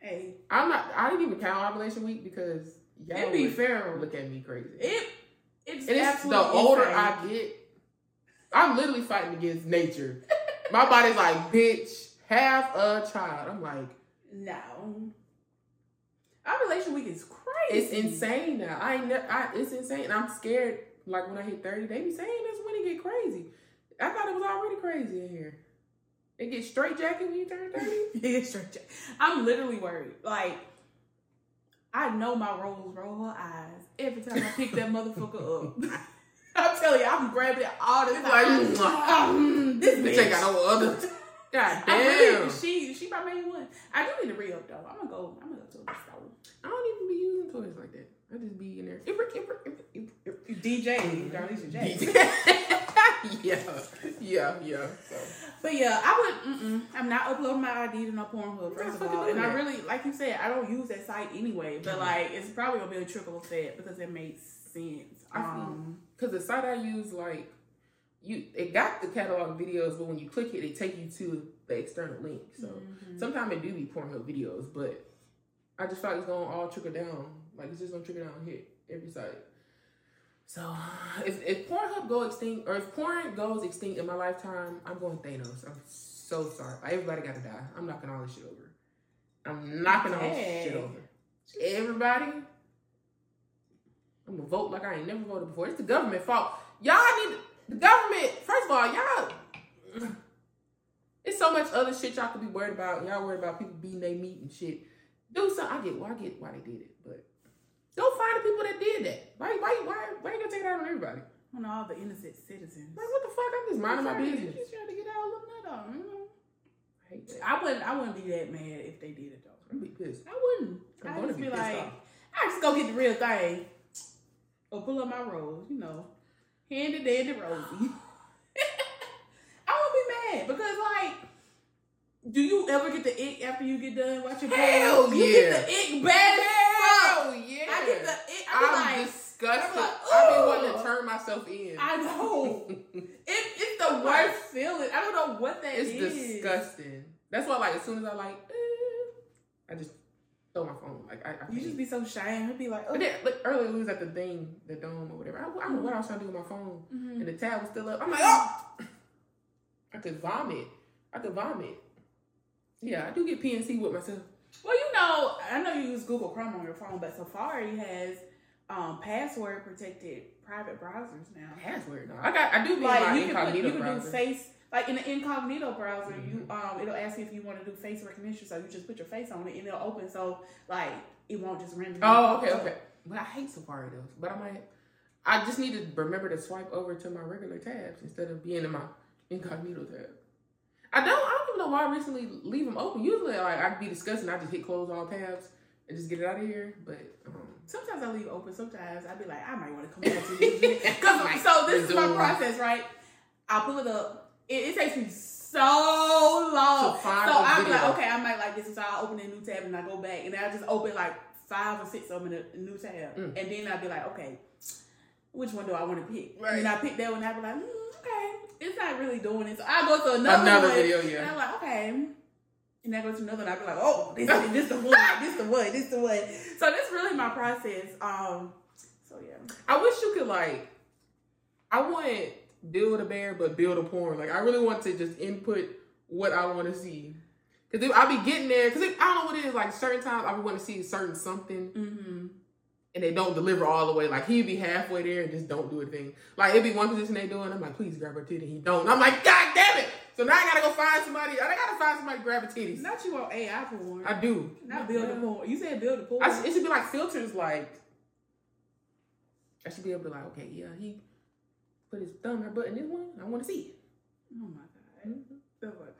Speaker 1: Hey,
Speaker 2: I'm not I didn't even count ovulation week because y'all
Speaker 1: It be
Speaker 2: would
Speaker 1: fair.
Speaker 2: look at me crazy.
Speaker 1: It it's,
Speaker 2: And it's the
Speaker 1: absolutely
Speaker 2: older
Speaker 1: insane.
Speaker 2: I get, I'm literally fighting against nature. My body's like, bitch, have a child. I'm like,
Speaker 1: no. Our relation week is crazy.
Speaker 2: it's
Speaker 1: *laughs*
Speaker 2: insane now. I ain't ne- I, it's insane. And I'm scared. Like when I hit 30, they be saying that's when it get crazy. I thought it was already crazy in here. It gets straight jacket when you turn 30.
Speaker 1: Yeah, straight jacket. I'm literally worried. Like, I know my Rolls roll her eyes every time I pick that motherfucker up. *laughs* I'm telling you, I'm grabbing it all the
Speaker 2: It's *laughs*
Speaker 1: time.
Speaker 2: like,
Speaker 1: Mm, *laughs* this
Speaker 2: Bitch
Speaker 1: bitch.
Speaker 2: ain't got no other.
Speaker 1: *laughs*
Speaker 2: God damn.
Speaker 1: I really, she she my main one. I do need to re up though. I'm gonna go. I'm gonna go to the store.
Speaker 2: I don't even be using toys like that. I just be in there. Ibrick, ibrick, ibrick, ibrick, ibrick.
Speaker 1: DJ,
Speaker 2: *laughs*
Speaker 1: Darlene J.
Speaker 2: yeah, yeah, yeah. So.
Speaker 1: But yeah, I would. Mm-mm, I'm not uploading my ID to no Pornhub first of
Speaker 2: fucking
Speaker 1: all,
Speaker 2: doing
Speaker 1: and I
Speaker 2: that.
Speaker 1: really, like you Mm-hmm. said, I don't use that site anyway. But
Speaker 2: Mhm.
Speaker 1: like, it's probably gonna be a trickle effect because it makes sense.
Speaker 2: I feel-
Speaker 1: Um,
Speaker 2: Cause the site I use, like you, it got the catalog videos, but when you click it, it take you to the external link. So
Speaker 1: mhm.
Speaker 2: sometimes it do be Pornhub videos, but I just thought it's gonna all trickle down. Like it's just gonna trickle down and hit every site. So if if Pornhub go extinct or if porn goes extinct in my lifetime, I'm going Thanos. I'm so sorry. Like, everybody gotta die. I'm knocking all this shit over. I'm knocking all this shit
Speaker 1: Dang.
Speaker 2: over. Everybody. I'm gonna vote like I ain't never voted before. It's the government fault. Y'all need the government. First of all, y'all. It's so much other shit y'all could be worried about. Y'all worried about people beating their meat and shit. Do something. I get why I get why they did it, but go find the people that did that. Why why why why you gonna take it out on everybody? Like
Speaker 1: on all the innocent citizens.
Speaker 2: what the fuck? I'm just minding my
Speaker 1: She's trying-
Speaker 2: business.
Speaker 1: she's trying to get out of Mm-hmm. nut on, you know?
Speaker 2: I hate that.
Speaker 1: I wouldn't. I wouldn't be that mad if they did it though.
Speaker 2: I'm gonna be pissed.
Speaker 1: I wouldn't.
Speaker 2: I'm
Speaker 1: I
Speaker 2: gonna
Speaker 1: just
Speaker 2: be
Speaker 1: be
Speaker 2: pissed
Speaker 1: like,
Speaker 2: off.
Speaker 1: I just go get the real thing, or pull up my rolls, you know, handy dandy rosy. *laughs* I won't be mad because like. Do you ever get the ick after you get done watching porn?
Speaker 2: Hell
Speaker 1: You
Speaker 2: yeah.
Speaker 1: get the ick bad as fuck.
Speaker 2: Oh yeah.
Speaker 1: I get the ick.
Speaker 2: I'm
Speaker 1: I'm, like,
Speaker 2: disgusted.
Speaker 1: I'm like,
Speaker 2: I've been wanting
Speaker 1: ooh.
Speaker 2: to turn myself in. *laughs*
Speaker 1: I know. it, it's the worst feeling. I don't know what that is.
Speaker 2: It's disgusting. That's why, like, as soon as I like, eh, I just throw my phone. Like, I, I
Speaker 1: You
Speaker 2: can't.
Speaker 1: just be so shy and he'll be like, oh.
Speaker 2: But then, like, earlier we was at the thing, the dome or whatever. I, I don't know what I was trying to do with my phone,
Speaker 1: Mhm.
Speaker 2: and the tab was still up. I'm like, oh, I could vomit. I could vomit. Yeah, I do get PNC with myself.
Speaker 1: Well, you know, I know you use Google Chrome on your phone, but Safari has um, password protected private browsers now.
Speaker 2: Password. No, I got. I do be in
Speaker 1: Like
Speaker 2: my
Speaker 1: you can, put,
Speaker 2: incognito
Speaker 1: you can do
Speaker 2: browser. Mm-hmm.
Speaker 1: face like in the incognito browser, you um it'll ask you if you want to do face recognition, so you just put your face on it and it'll open. So like it won't just randomly.
Speaker 2: Oh, okay, okay. But I hate Safari though. But I might. I just need to remember to swipe over to my regular tabs instead of being in my incognito tab. I don't. I don't even know why I recently leave them open. Usually, like I'd be discussing, I just hit close all tabs and just get it out of here. But um,
Speaker 1: Sometimes I leave open. Sometimes I'd be like, I might want to come back to
Speaker 2: *laughs*
Speaker 1: this. Cause, so this is my
Speaker 2: Resume.
Speaker 1: process, right? I pull it up. It, it takes me so long.
Speaker 2: To
Speaker 1: Oh, so
Speaker 2: find the
Speaker 1: I'm
Speaker 2: video.
Speaker 1: like, okay, I might like this. So I open a new tab and I go back, and I just open like five or six of them in a new tab,
Speaker 2: Mm.
Speaker 1: and then I'd be like, okay, which one do I want to pick?
Speaker 2: Right.
Speaker 1: And then I pick that one. and I'd be like, mm, okay, it's not really doing it. So I go to another,
Speaker 2: another
Speaker 1: one,
Speaker 2: video,
Speaker 1: and
Speaker 2: yeah.
Speaker 1: I'm like, okay. And I go to another, and I be like, oh, this, this the one,
Speaker 2: *laughs*
Speaker 1: this the one, this the one. So that's really my process. Um, so yeah,
Speaker 2: I wish you could like. I want build a bear, but build a porn. Like I really want to just input what I want to see. Cause if I be getting there, cause if, I don't know what it is. Like certain times, I want to see certain something.
Speaker 1: mm-hmm.
Speaker 2: and they don't deliver all the way. Like he'd be halfway there and just don't do a thing. Like it'd be one position they do, and I'm like, please grab her titty. He don't. And I'm like, God damn it! So now I gotta go find somebody. I gotta find somebody to grab her titties.
Speaker 1: not you on AI porn,
Speaker 2: I do.
Speaker 1: not build a porn. You said build a porn.
Speaker 2: I sh- it should be like filters. Like I should be able to like, okay, yeah, he put his thumb or butt in this one. I want to see
Speaker 1: oh my
Speaker 2: it.
Speaker 1: god, oh my god.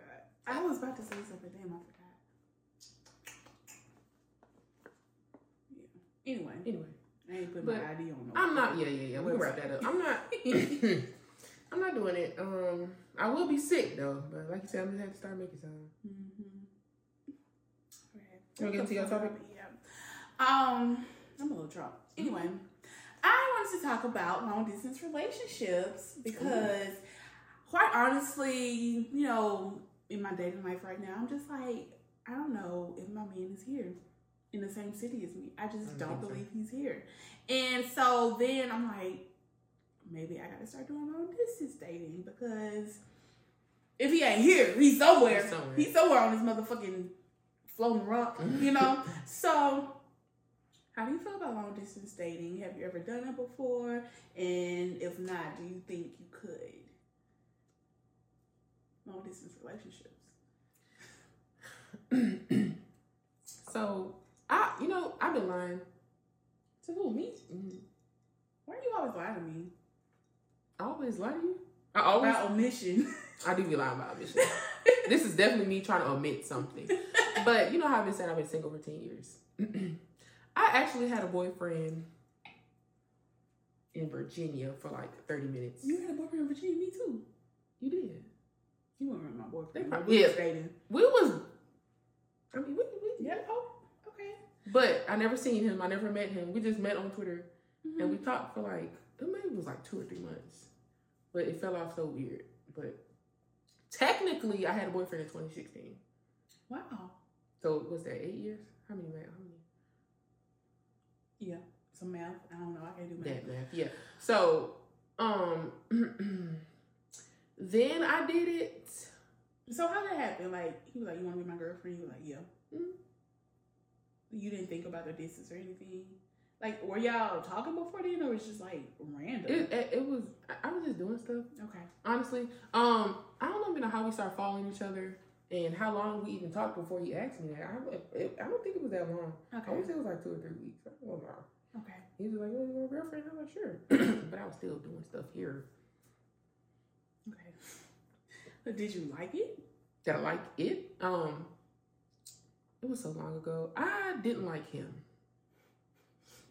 Speaker 1: I was about to say something, damn, I forgot. Yeah. Anyway,
Speaker 2: Anyway,
Speaker 1: I ain't putting
Speaker 2: But
Speaker 1: my ID on. No
Speaker 2: I'm not. Yeah, yeah, yeah. We can wrap that up. I'm not. *laughs* I'm not doing it. Um, I will be sick though. But like you said, I'm gonna have to start making some.
Speaker 1: Mm-hmm. Okay.
Speaker 2: You wanna get into your topic?
Speaker 1: Yeah. Um, I'm a little drunk. Anyway, I wanted to talk about long distance relationships because, quite honestly, you know, in my dating life right now, I'm just like, I don't know if my man is here in the same city as me. I just
Speaker 2: Mhm.
Speaker 1: don't believe he's here. And so then I'm like, maybe I gotta start doing long distance dating because if he ain't here, he's somewhere.
Speaker 2: He's somewhere.
Speaker 1: He's somewhere on this motherfucking floating rock, you
Speaker 2: *laughs*
Speaker 1: know? so how do you feel about long distance dating? Have you ever done it before? And if not, do you think you could? Long distance relationships.
Speaker 2: so I, you know, I've been lying.
Speaker 1: To who? Me?
Speaker 2: Mm-hmm.
Speaker 1: Why do you always lie to me?
Speaker 2: I always lie to you. I always,
Speaker 1: By omission.
Speaker 2: *laughs* I do be lying about omission.
Speaker 1: *laughs*
Speaker 2: this is definitely me trying to omit something. But you know how I've been saying I've been single for ten years. *clears throat* I actually had a boyfriend in Virginia for like thirty minutes.
Speaker 1: you had a boyfriend in Virginia, me too.
Speaker 2: You did.
Speaker 1: You weren't my boyfriend.
Speaker 2: They
Speaker 1: but
Speaker 2: probably-
Speaker 1: we were
Speaker 2: Yeah.
Speaker 1: dating.
Speaker 2: We was. I mean, we, we
Speaker 1: Yeah. Oh, okay.
Speaker 2: But I never seen him. I never met him. We just met on Twitter
Speaker 1: Mhm.
Speaker 2: and we talked for like it maybe was like two or three months. But it fell off so weird. But technically, I had a boyfriend in 2016.
Speaker 1: Mm-hmm. wow.
Speaker 2: So was that eight years? How many man? How many?
Speaker 1: Yeah. Some math. I don't know. I can't do math.
Speaker 2: That math. Yeah. So um, *clears throat* then I did it.
Speaker 1: So how that happened? Like he was like, "You want to be my girlfriend?" You were like, "Yeah."
Speaker 2: Mm. Mm-hmm.
Speaker 1: You didn't think about the distance or anything. Like, were y'all talking before then, or it's just like random?
Speaker 2: It, it, it was I- I was just doing stuff
Speaker 1: okay.
Speaker 2: honestly. Um, I don't even know how we started following each other and how long we even talked before he asked me that. I, it, I don't think it was that long. I
Speaker 1: Okay.
Speaker 2: would say it was like two or three weeks. I don't know.
Speaker 1: Okay.
Speaker 2: He was like, "Well, you want a girlfriend?" I'm like, "Sure," *clears throat* but I was still doing stuff here.
Speaker 1: Okay. But *laughs* did you like it?
Speaker 2: That I like it. Um, it was so long ago. I didn't like him.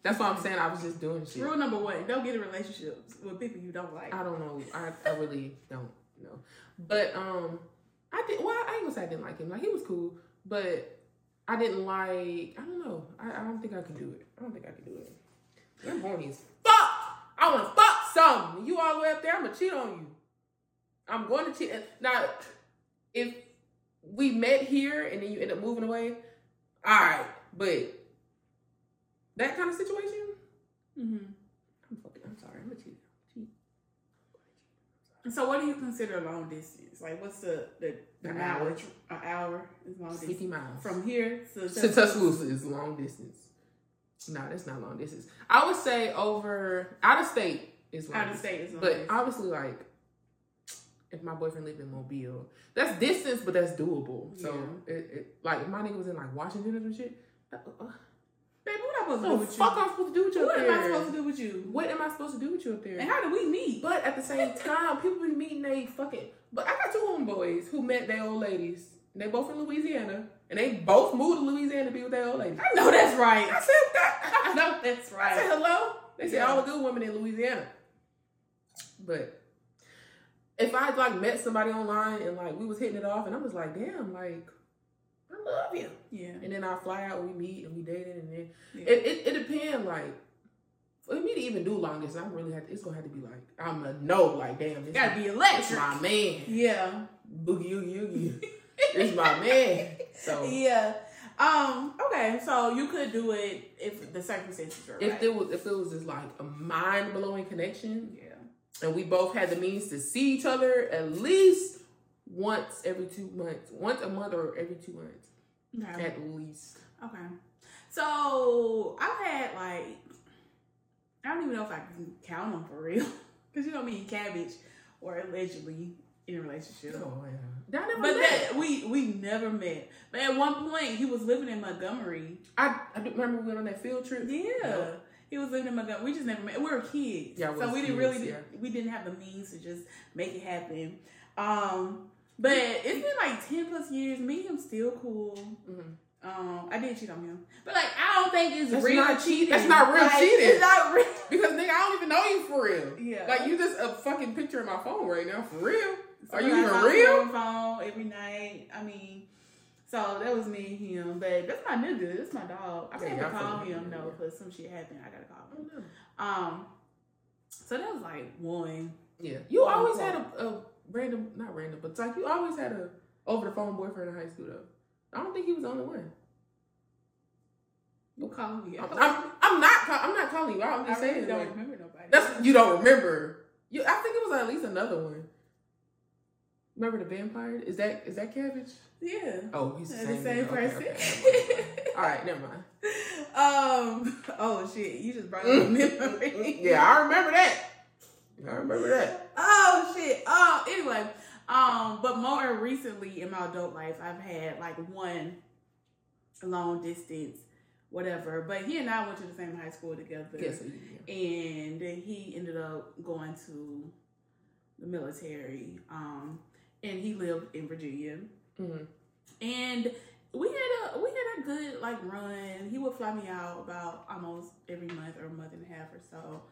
Speaker 2: That's why I'm saying I was just doing shit.
Speaker 1: Rule number one: Don't get in relationships with people you don't like.
Speaker 2: I don't know. I, I really don't know. But um, I did. Well, I ain't gonna say I didn't like him. Like he was cool, but I didn't like. I don't know. I, I don't think I could do it. I don't think I could do it. I'm horny as fuck. I want to fuck some. You all the way up there. I'm gonna cheat on you. I'm going to cheat. Now, if we met here and then you end up moving away, all right. But that kind of situation,
Speaker 1: Mm-hmm.
Speaker 2: I'm fucking. I'm sorry. I'm gonna cheat. Cheat.
Speaker 1: So, what do you consider long distance? Like, what's the the, the
Speaker 2: An
Speaker 1: mile-
Speaker 2: hour.
Speaker 1: An hour is long distance.
Speaker 2: 50 miles.
Speaker 1: From here to
Speaker 2: to Tuscaloosa is long distance. No, that's not long distance. I would say over out of state is long
Speaker 1: out of
Speaker 2: distance.
Speaker 1: state is long
Speaker 2: But
Speaker 1: distance.
Speaker 2: obviously, like if my boyfriend lived in Mobile, that's distance, but that's doable. So it, it, like if my nigga was in like Washington or some shit, uh, uh,
Speaker 1: Baby, what am I supposed to do
Speaker 2: what the
Speaker 1: with you?
Speaker 2: Oh, fuck I'm supposed to do with you
Speaker 1: What
Speaker 2: up
Speaker 1: am I
Speaker 2: there?
Speaker 1: supposed to do with you?
Speaker 2: what am I supposed to do with you up there?
Speaker 1: And how do we meet?
Speaker 2: But at the same time, people be meeting they fucking. But I got two homeboys who met their old ladies. They both from Louisiana, and they both moved to Louisiana to be with their old ladies.
Speaker 1: I know that's right.
Speaker 2: *laughs* I said that.
Speaker 1: I know that's
Speaker 2: I said
Speaker 1: right.
Speaker 2: hello. They said
Speaker 1: Yeah.
Speaker 2: all the good women in Louisiana. But if I like met somebody online and like we was hitting it off, and I was like, damn, like I love you.
Speaker 1: Yeah.
Speaker 2: And then I fly out, we meet, and we dated, and then
Speaker 1: yeah.
Speaker 2: it, it, it depends. Like for me to even do long distance, I really have to, it's gonna have to be like I'm a no, like damn, this
Speaker 1: gotta be
Speaker 2: it's
Speaker 1: electric.
Speaker 2: my man.
Speaker 1: Yeah.
Speaker 2: Boogie oogie oogie. it's my man. So
Speaker 1: *laughs* Yeah. Um, okay, so you could do it if the circumstances are
Speaker 2: if
Speaker 1: right.
Speaker 2: it was if it was just like a mind blowing connection,
Speaker 1: yeah.
Speaker 2: and we both had the means to see each other at least once every two months, once a month or every two months,
Speaker 1: Okay.
Speaker 2: at least.
Speaker 1: Okay. So I've had like I don't even know if I can count them for real. *laughs* Cause you know me and cabbage or allegedly in a relationship.
Speaker 2: Oh yeah, I never
Speaker 1: But
Speaker 2: met.
Speaker 1: that we we never met. But at one point he was living in Montgomery.
Speaker 2: I, I do- remember we went on that field trip.
Speaker 1: Yeah. He was living in Montgomery. We just never met. We were kids.
Speaker 2: Yeah, we
Speaker 1: so
Speaker 2: was
Speaker 1: we didn't
Speaker 2: kids,
Speaker 1: really
Speaker 2: yeah.
Speaker 1: we didn't have the means to just make it happen. Um but it's been like ten plus years. Me and him still cool.
Speaker 2: Mhm.
Speaker 1: Um I did cheat on him. But like I don't think it's
Speaker 2: That's
Speaker 1: real
Speaker 2: not-
Speaker 1: cheating.
Speaker 2: that's not real
Speaker 1: Like,
Speaker 2: cheating.
Speaker 1: It's not real
Speaker 2: Because nigga, I don't even know you for real.
Speaker 1: Yeah.
Speaker 2: Like you just a fucking picture in my phone right now for real. Are you
Speaker 1: Sometimes
Speaker 2: even
Speaker 1: I'm
Speaker 2: real?
Speaker 1: on the Phone every night. I mean, so that was me and him, but that's my nigga. That's my dog. I
Speaker 2: Yeah,
Speaker 1: can't
Speaker 2: y'all
Speaker 1: call
Speaker 2: fucking-
Speaker 1: him
Speaker 2: yeah,
Speaker 1: though
Speaker 2: yeah.
Speaker 1: because some shit happened. I gotta call him.
Speaker 2: Oh, no.
Speaker 1: Um, so that was like one.
Speaker 2: Yeah. You
Speaker 1: Oh,
Speaker 2: always
Speaker 1: okay.
Speaker 2: had a, a random, not random, but like you always had a over the phone boyfriend in high school though. I don't think he was the only one.
Speaker 1: You call me.
Speaker 2: I'm, I'm, I'm not. Call, I'm not calling you out. I'm
Speaker 1: I
Speaker 2: just
Speaker 1: really
Speaker 2: saying.
Speaker 1: don't
Speaker 2: like,
Speaker 1: remember nobody.
Speaker 2: That's you don't remember. You, I think it was at least another one. Remember the vampire? Is that is that cabbage?
Speaker 1: yeah.
Speaker 2: Oh, he's the
Speaker 1: They're the
Speaker 2: same,
Speaker 1: same
Speaker 2: nigga. Okay,
Speaker 1: person.
Speaker 2: okay, okay. *laughs* All right, never mind.
Speaker 1: *laughs* um. Oh shit! You just brought up a memory. *laughs*
Speaker 2: Mm, yeah, I remember that. I remember that.
Speaker 1: Oh shit. Um. Anyway. Um, but more recently in my adult life, I've had like one long distance, whatever. But he and I went to the same high school together.
Speaker 2: Yes, so you can.
Speaker 1: And then he ended up going to the military. Um, and he lived in Virginia.
Speaker 2: Mhm.
Speaker 1: And we had a we had a good like run. He would fly me out about almost every month or a month and a half or so.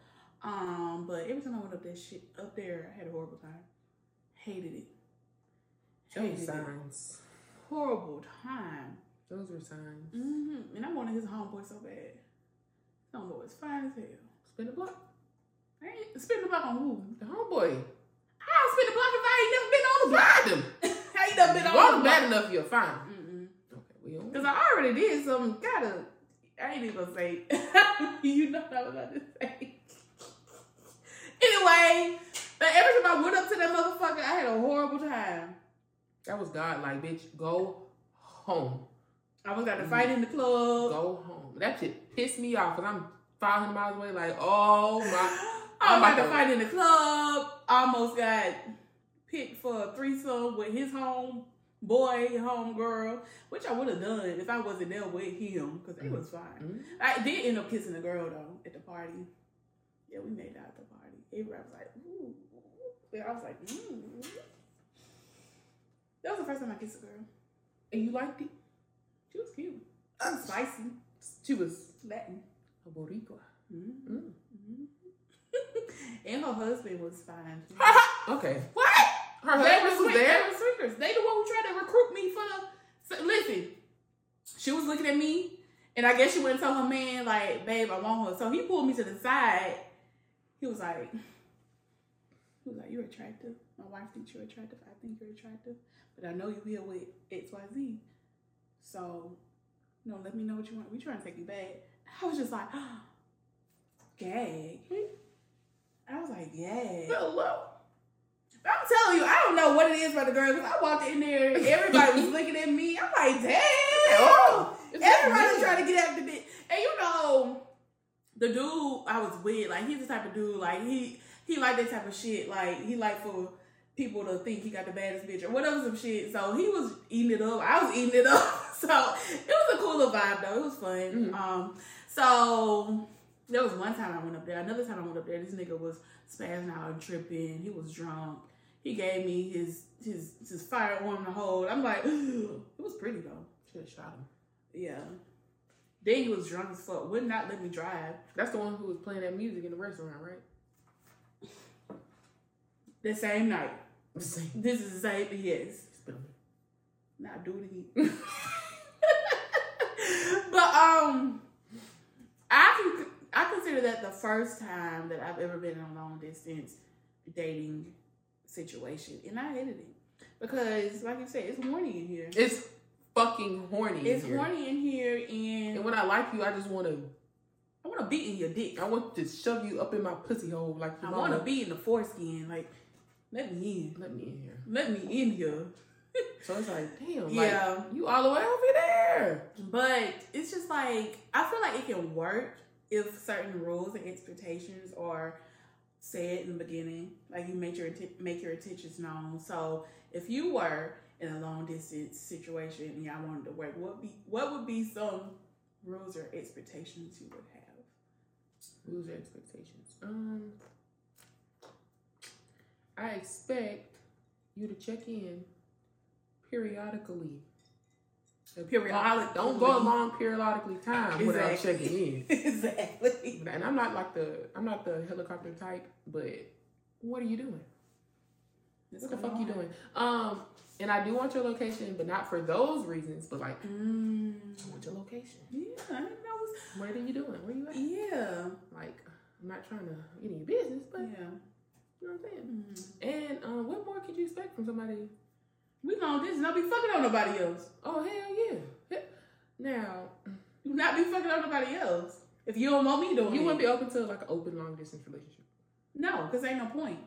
Speaker 1: Um, but every time I went up that shit up there, I had a horrible time. Hated it.
Speaker 2: Those
Speaker 1: Hated it.
Speaker 2: signs.
Speaker 1: Horrible time.
Speaker 2: Those were signs.
Speaker 1: hmm And I wanted his homeboy so bad. His homeboy was fine as hell.
Speaker 2: Spin the block.
Speaker 1: I ain't spin the block on who?
Speaker 2: The homeboy.
Speaker 1: I'll spin the block if I
Speaker 2: Find him.
Speaker 1: ain't never been on the block. I ain't never been
Speaker 2: Roll
Speaker 1: on
Speaker 2: him
Speaker 1: the
Speaker 2: bad
Speaker 1: block.
Speaker 2: enough, you'll find him.
Speaker 1: Mm-mm.
Speaker 2: Okay, we don't.
Speaker 1: Cause I already did some gotta. I ain't even gonna say. *laughs* you know what I was about to say. anyway, but every time I went up to that motherfucker, I had a horrible time.
Speaker 2: That was God. Like, bitch, go home.
Speaker 1: I was got to fight in the club.
Speaker 2: Go home. That shit pissed me off because I'm 500 miles away. Like, oh my.
Speaker 1: *gasps* I
Speaker 2: I'm
Speaker 1: was
Speaker 2: about
Speaker 1: got to
Speaker 2: to-
Speaker 1: fight in the club. Almost got picked for a threesome with his home boy, home girl, which I would have done if I wasn't there with him, cause it was fine.
Speaker 2: Mhm.
Speaker 1: I did end up kissing a girl though at the party. Yeah, we made out at the party. Everybody was like, ooh. And I was like, mm. That was the first time I kissed a girl.
Speaker 2: *laughs* And you liked it?
Speaker 1: She was cute. She was spicy.
Speaker 2: She was
Speaker 1: Latin.
Speaker 2: a Boricua.
Speaker 1: Mm-hmm. *laughs*
Speaker 2: Mm.
Speaker 1: and her husband was fine. too.
Speaker 2: Okay.
Speaker 1: what?
Speaker 2: Her
Speaker 1: They
Speaker 2: husband
Speaker 1: were
Speaker 2: was
Speaker 1: sweet.
Speaker 2: there.
Speaker 1: They were sweepers. They the one who tried to recruit me for. So, listen, she was looking at me, and I guess she went and told her man, like, babe, I want her. So he pulled me to the side. He was like, he was like, you're attractive. My wife thinks you're attractive. I think you're attractive. But I know you here with XYZ. So, you know, let me know what you want. We trying to take you back. I was just like, *gasps* gag. I was like, gag.
Speaker 2: *laughs* Hello.
Speaker 1: I'm telling you, I don't know what it is about the girls. 'cause I walked in there, everybody was looking at me. I'm like, damn.
Speaker 2: Oh,
Speaker 1: Everybody trying to get after me. And you know, the dude I was with, like he's the type of dude, like he he like that type of shit. Like he like for people to think he got the baddest bitch or whatever some shit. So he was eating it up. I was eating it up. *laughs* So it was a cool little vibe though. It was fun.
Speaker 2: Mhm.
Speaker 1: Um so there was one time I went up there. Another time I went up there, this nigga was spazzing out and tripping. He was drunk. He gave me his his his firearm to hold. I'm like, *gasps* it was pretty though.
Speaker 2: Should have shot him.
Speaker 1: Yeah. Then he was drunk as fuck. Would not let me drive.
Speaker 2: That's the one who was playing that music in the restaurant, *laughs* right?
Speaker 1: The same night.
Speaker 2: The same.
Speaker 1: This is the same. Yes.
Speaker 2: Spit on
Speaker 1: Not do it *laughs* again.
Speaker 2: me.
Speaker 1: but um, I can I consider that the first time that I've ever been in a long distance dating situation, and I hated it because, like you said, it's horny in here.
Speaker 2: it's fucking horny.
Speaker 1: It's
Speaker 2: in here.
Speaker 1: horny in here,
Speaker 2: And
Speaker 1: and
Speaker 2: when I like you, I just want to.
Speaker 1: I want to beat in your dick.
Speaker 2: I want to shove you up in my pussy hole like
Speaker 1: I
Speaker 2: your
Speaker 1: want to
Speaker 2: mama.
Speaker 1: be in the foreskin. Like, let me in.
Speaker 2: Let me in here.
Speaker 1: Let me in here.
Speaker 2: So it's like, damn, yeah.
Speaker 1: Yeah.
Speaker 2: you all the way over there.
Speaker 1: But it's just like I feel like it can work if certain rules and expectations are said in the beginning. Like you make your inten- make your intentions known. So if you were in a long distance situation and y'all wanted to work, what be what would be some rules or expectations you would have?
Speaker 2: Lose your expectations. Um, I expect you to check in periodically.
Speaker 1: Periodically.
Speaker 2: Don't go a long periodically time without
Speaker 1: Exactly.
Speaker 2: checking in.
Speaker 1: *laughs* exactly.
Speaker 2: And I'm not like the I'm not the helicopter type, but what are you doing? What the fuck you doing? Um, and I do want your location, but not for those reasons. But like, I
Speaker 1: Mm.
Speaker 2: want your location.
Speaker 1: Yeah, I didn't know. it was-
Speaker 2: What are you doing? Where you at?
Speaker 1: Yeah,
Speaker 2: Like, I'm not trying to get in your business, but
Speaker 1: yeah.
Speaker 2: you know what I'm
Speaker 1: Mm.
Speaker 2: saying. And um, what more could you expect from somebody?
Speaker 1: We long distance. Don't be fucking on nobody else.
Speaker 2: Oh hell yeah! Now
Speaker 1: Do not be fucking on nobody else. If you don't want me doing
Speaker 2: you
Speaker 1: it.
Speaker 2: wouldn't be open to like an open long distance relationship.
Speaker 1: No, because ain't no point.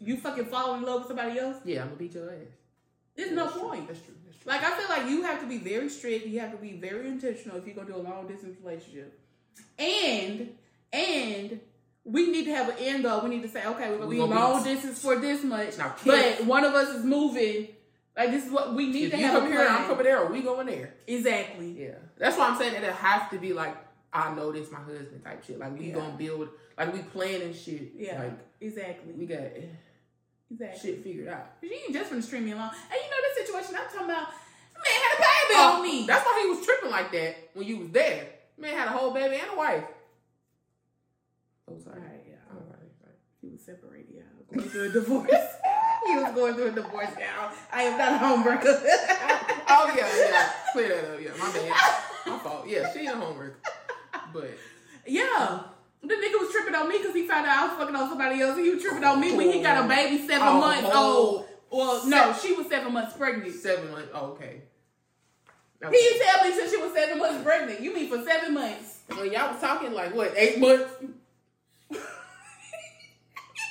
Speaker 1: You fucking fall in love with somebody else,
Speaker 2: Yeah, I'm gonna beat your ass.
Speaker 1: there's no
Speaker 2: That's true.
Speaker 1: point.
Speaker 2: That's true. That's true.
Speaker 1: Like, I feel like you have to be very strict. You have to be very intentional if you're going to do a long distance relationship. And, and we need to have an end goal. We need to say, okay, we're gonna
Speaker 2: We
Speaker 1: be
Speaker 2: gonna be-
Speaker 1: long distance for this much,
Speaker 2: Now, kids,
Speaker 1: but one of us is moving. Like this is what we need
Speaker 2: if
Speaker 1: to
Speaker 2: you
Speaker 1: have.
Speaker 2: come
Speaker 1: A
Speaker 2: here, I'm
Speaker 1: plan.
Speaker 2: coming there, or we going there.
Speaker 1: Exactly.
Speaker 2: Yeah, that's why I'm saying that it has to be like I know this, my husband type shit. Like we
Speaker 1: Yeah.
Speaker 2: gonna build, like we planning shit.
Speaker 1: Yeah.
Speaker 2: like we
Speaker 1: Exactly.
Speaker 2: got
Speaker 1: Exactly.
Speaker 2: shit figured out.
Speaker 1: She ain't just from streaming alone. And you know this situation I'm talking about. the Man had a baby on me.
Speaker 2: Oh, That's why he was tripping like that when you was there. Man had a whole baby and a wife. Oh, sorry.
Speaker 1: Alright, yeah.
Speaker 2: All right, all right.
Speaker 1: He was separated. Yeah, going through a divorce. *laughs* he was going through a divorce. Now I am not a homewrecker.
Speaker 2: Oh yeah, yeah. Clear that up. Yeah, my bad. My fault. Yeah, she did homework. But
Speaker 1: *laughs* yeah. The nigga was tripping on me because he found out I was fucking on somebody else. and He was tripping on me when he got a baby seven
Speaker 2: Oh,
Speaker 1: months
Speaker 2: oh.
Speaker 1: old. Well, no, she was seven months pregnant.
Speaker 2: seven months. Oh, okay. That was-
Speaker 1: He tell me since she was seven months pregnant. You mean for seven months?
Speaker 2: Well, y'all was talking like what eight months?
Speaker 1: *laughs*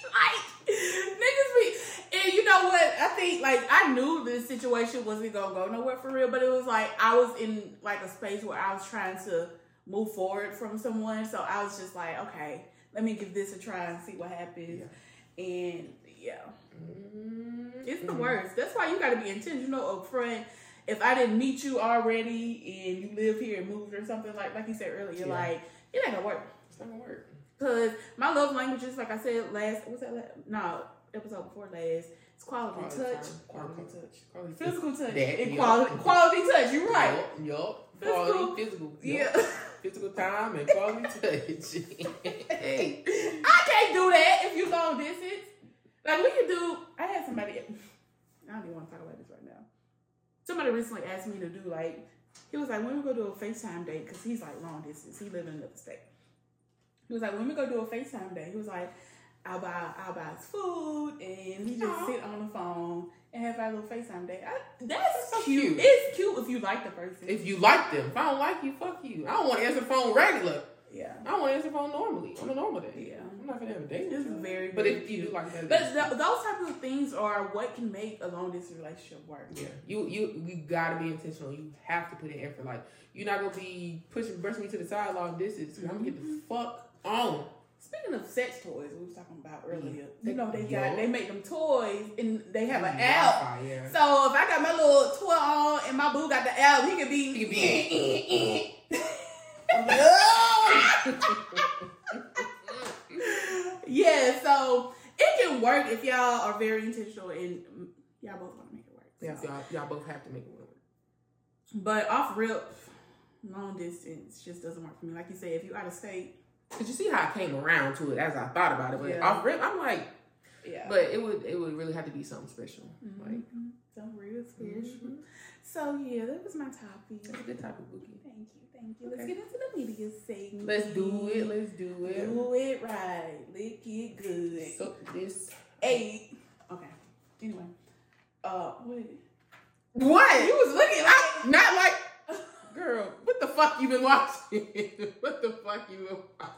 Speaker 1: like niggas be and you know what i think like i knew this situation wasn't gonna go nowhere for real but it was like i was in like a space where i was trying to move forward from someone so i was just like okay let me give this a try and see what happens and yeah it's
Speaker 2: Mm-hmm.
Speaker 1: the worst that's why you gotta be intentional upfront if i didn't meet you already and you live here and moved or something like like you said earlier
Speaker 2: Yeah.
Speaker 1: like it ain't gonna work
Speaker 2: It's not gonna work.
Speaker 1: Cause my love languages, like I said last, was that last? No, episode before last. It's quality,
Speaker 2: Quality
Speaker 1: touch,
Speaker 2: time.
Speaker 1: quality
Speaker 2: Okay.
Speaker 1: touch,
Speaker 2: Probably
Speaker 1: physical touch,
Speaker 2: That,
Speaker 1: and
Speaker 2: yeah.
Speaker 1: quality quality touch. You're right.
Speaker 2: Yup, yup.
Speaker 1: Physical.
Speaker 2: Quality, physical. yup.
Speaker 1: Yeah, *laughs*
Speaker 2: Physical time and quality touch. hey.
Speaker 1: I can't do that if you long distance. Like we can do. I had somebody. I don't even want to talk about this right now. Somebody recently asked me to do like. He was like, when we go do a FaceTime date, because he's like long distance. He live in another state. He was like, when we go do a FaceTime date, he was like, I'll buy I'll buy us food and we just
Speaker 2: Aw.
Speaker 1: sit on the phone and have our little FaceTime date. I, that's
Speaker 2: so
Speaker 1: cute.
Speaker 2: cute.
Speaker 1: It's cute if you like the person.
Speaker 2: If you like them, if I don't like you, fuck you. I don't want to answer phone regular.
Speaker 1: yeah.
Speaker 2: I don't want to answer phone normally on a normal day.
Speaker 1: Yeah.
Speaker 2: I'm not gonna have a date. with
Speaker 1: It's
Speaker 2: you.
Speaker 1: very,
Speaker 2: But
Speaker 1: very
Speaker 2: if you do
Speaker 1: cute.
Speaker 2: like that,
Speaker 1: But th- those types of things are what can make a long distance relationship work.
Speaker 2: yeah, you you you gotta be intentional. You have to put in effort. Like you're not gonna be pushing, brushing me to the side long distance. I'm gonna get
Speaker 1: Mm-hmm.
Speaker 2: the fuck on.
Speaker 1: Speaking of sex toys, we was talking about earlier.
Speaker 2: Yeah.
Speaker 1: You know they
Speaker 2: Yeah.
Speaker 1: got they make them toys and they have
Speaker 2: Mm,
Speaker 1: an app. *laughs*
Speaker 2: Wi-Fi, Yeah.
Speaker 1: So if I got my little toy on and my boo got the app, he could be
Speaker 2: He could eh, be-
Speaker 1: *laughs* yeah, so it can work if y'all are very intentional and mm, y'all both want to make it work.
Speaker 2: Yeah,
Speaker 1: so.
Speaker 2: so *laughs* y'all, y'all both have to make it work.
Speaker 1: But off rip, long distance just doesn't work for me. Like you said, if you out of state,
Speaker 2: Cause you see how I came around to it as I thought about it, but
Speaker 1: Yeah.
Speaker 2: off rip, I'm like,
Speaker 1: yeah,
Speaker 2: but it would it would really have to be something special.
Speaker 1: Mhm.
Speaker 2: Like,
Speaker 1: Don't real special.
Speaker 2: mhm.
Speaker 1: So yeah, that was my topic.
Speaker 2: that's a good type of bookie.
Speaker 1: Thank you, thank you. Let's
Speaker 2: Okay.
Speaker 1: get into the media segment.
Speaker 2: Let's do it. Let's do it.
Speaker 1: Do it right. Lick it good.
Speaker 2: So this
Speaker 1: Eight. Okay. Anyway. Uh, what?
Speaker 2: what
Speaker 1: You was looking
Speaker 2: I-
Speaker 1: like.
Speaker 2: not like girl. What the fuck you been watching? *laughs* what the fuck you been watching?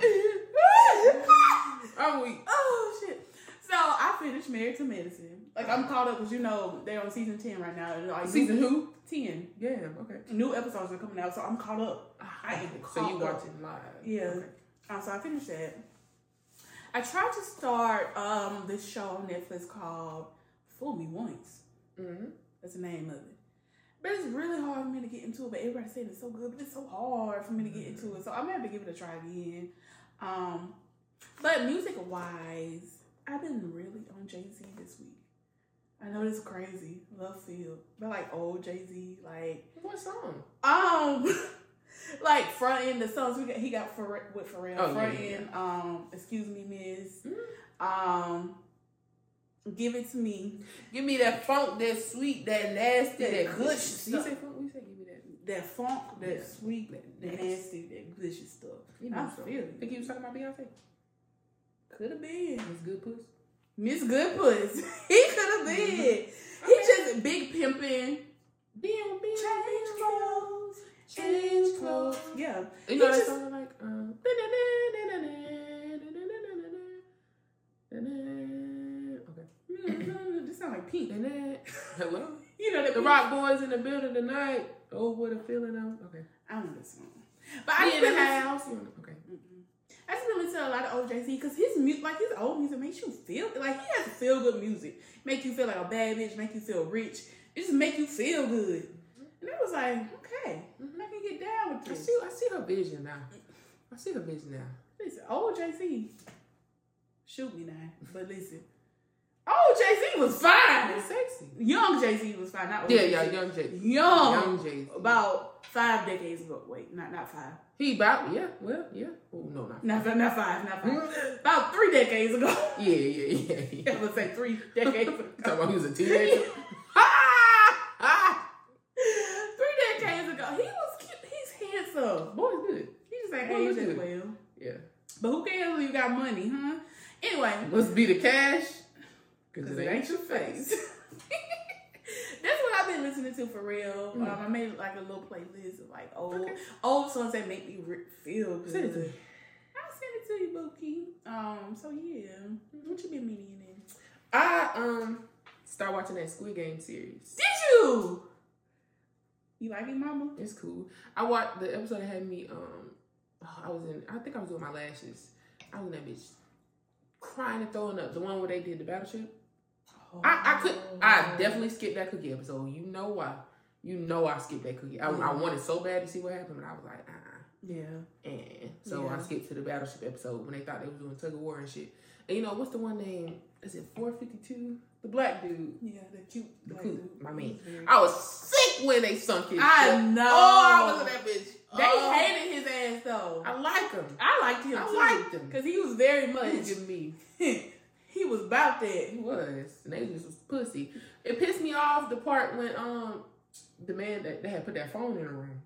Speaker 2: *laughs* I'm weak.
Speaker 1: *laughs* oh shit. So I finished Married to Medicine. Like I'm caught up because you know they're on season ten right now. Like,
Speaker 2: Season who?
Speaker 1: ten.
Speaker 2: Yeah. Okay.
Speaker 1: New episodes are coming out, so I'm caught up. I am
Speaker 2: so you
Speaker 1: caught up.
Speaker 2: watching live?
Speaker 1: Yeah.
Speaker 2: Okay.
Speaker 1: Um, so I finished that. I tried to start um this show on Netflix called Fool Me Once.
Speaker 2: Mhm.
Speaker 1: That's the name of it. But it's really hard for me to get into it. But everybody's saying it's so good, but it's so hard for me to get into it. So I'm gonna have to give it a try again. Um, but music wise, I've been really on Jay Z this week. I know it's crazy, love field, but like old Jay Z, like
Speaker 2: What song?
Speaker 1: um, *laughs* like front end the songs we got, he got for with Pharrell.
Speaker 2: Oh, yeah,
Speaker 1: front
Speaker 2: yeah, yeah.
Speaker 1: end, um, excuse me, miss.
Speaker 2: Mm.
Speaker 1: Um, give it to me.
Speaker 2: Give me that funk, that sweet, that nasty,
Speaker 1: That
Speaker 2: that
Speaker 1: good
Speaker 2: good.
Speaker 1: stuff.
Speaker 2: You say funk? We say give me that.
Speaker 1: That funk, that
Speaker 2: Yeah.
Speaker 1: sweet,
Speaker 2: That
Speaker 1: that
Speaker 2: nasty.
Speaker 1: nasty, that glitchy stuff.
Speaker 2: You know,
Speaker 1: I
Speaker 2: so.
Speaker 1: feel
Speaker 2: Think he was talking about Beyonce?
Speaker 1: Could have been
Speaker 2: That's good puss.
Speaker 1: Miss Good Puss. *laughs* he could have been.
Speaker 2: Mm-hmm.
Speaker 1: He just big pimping.
Speaker 2: Being with
Speaker 1: Change clothes, change clothes. Yeah,
Speaker 2: You know
Speaker 1: He
Speaker 2: that
Speaker 1: just-
Speaker 2: song like um. *laughs*
Speaker 1: this sound like pink.
Speaker 2: Okay. Hello.
Speaker 1: You know that
Speaker 2: The
Speaker 1: Pink-
Speaker 2: Rock Boys in the building tonight. Oh, what a feeling I'm. Okay.
Speaker 1: I don't know this song, but I
Speaker 2: We
Speaker 1: didn't have.
Speaker 2: house. you know, Okay.
Speaker 1: Mm-mm. I just been listen to a lot of OJC because his music, like his old music, makes you feel like he has feel good music. Make you feel like a bad bitch. Make you feel rich. It just make you feel good. And I was like, okay,
Speaker 2: Mm-hmm.
Speaker 1: I can get down with
Speaker 2: I
Speaker 1: this.
Speaker 2: see, I see her vision now. I see her vision now.
Speaker 1: Listen, old JC, shoot me now. But listen, old JC was fine.
Speaker 2: It's sexy.
Speaker 1: Young JC was fine. Not old
Speaker 2: Yeah,
Speaker 1: Jay-Z.
Speaker 2: yeah, young Jay.
Speaker 1: Young,
Speaker 2: Young Jay.
Speaker 1: about five decades ago. Wait, not not five.
Speaker 2: He about yeah, well, yeah. Oh no, not.
Speaker 1: Not
Speaker 2: *laughs*
Speaker 1: fi- not five. Not five.
Speaker 2: Mm.
Speaker 1: About three decades ago. *laughs*
Speaker 2: Yeah, yeah, *laughs* yeah. yeah.
Speaker 1: I would say three decades ago.
Speaker 2: *laughs* Talking about he was a
Speaker 1: *laughs*
Speaker 2: teenager. Ah, ah.
Speaker 1: three decades ago. He was cute. He's handsome.
Speaker 2: Boy's good.
Speaker 1: He just ain't
Speaker 2: Well,
Speaker 1: aged
Speaker 2: look
Speaker 1: as
Speaker 2: at
Speaker 1: well.
Speaker 2: Yeah.
Speaker 1: But who cares when you got money, huh? Anyway,
Speaker 2: Must be the cash. Cause
Speaker 1: Cause it ain't your face. That's what I've been listening to for real.
Speaker 2: Mm.
Speaker 1: Um, I made like a little playlist of like old
Speaker 2: Okay.
Speaker 1: old songs that make me re- feel good.
Speaker 2: Send it to me.
Speaker 1: I'll send it to you, Bookie. Um, so yeah, what you been meaning in?
Speaker 2: I um start watching that Squid Game series.
Speaker 1: Did you? You like it, Mama?
Speaker 2: It's cool. I watched the episode that had me. Um, oh, I was in. I think I was doing my lashes. I was in that bitch crying and throwing up. The one where they did the battleship. I, I could. I definitely skipped that cookie episode. You know why? You know I skipped that cookie. I, I wanted so bad to see what happened, but I was like, uh. uh
Speaker 1: Yeah.
Speaker 2: And so I
Speaker 1: Yeah.
Speaker 2: skipped to the battleship episode when they thought they was doing tug of war and shit. And you know what's the one name? Is it four fifty two? The black dude.
Speaker 1: Yeah, the cute,
Speaker 2: The
Speaker 1: black
Speaker 2: cute,
Speaker 1: dude.
Speaker 2: my man.
Speaker 1: He's very-
Speaker 2: I was sick when they sunk his.
Speaker 1: I
Speaker 2: ship.
Speaker 1: know.
Speaker 2: *laughs* Oh, I was in that bitch.
Speaker 1: They
Speaker 2: Oh.
Speaker 1: hated his ass though. I,
Speaker 2: I like him.
Speaker 1: liked him.
Speaker 2: I
Speaker 1: too,
Speaker 2: liked him.
Speaker 1: *laughs* Cause he was very
Speaker 2: He was
Speaker 1: much.
Speaker 2: giving me.
Speaker 1: *laughs* he was about that.
Speaker 2: He was. And they just was pussy. It pissed me off the part when um the man that they had put that phone in the room.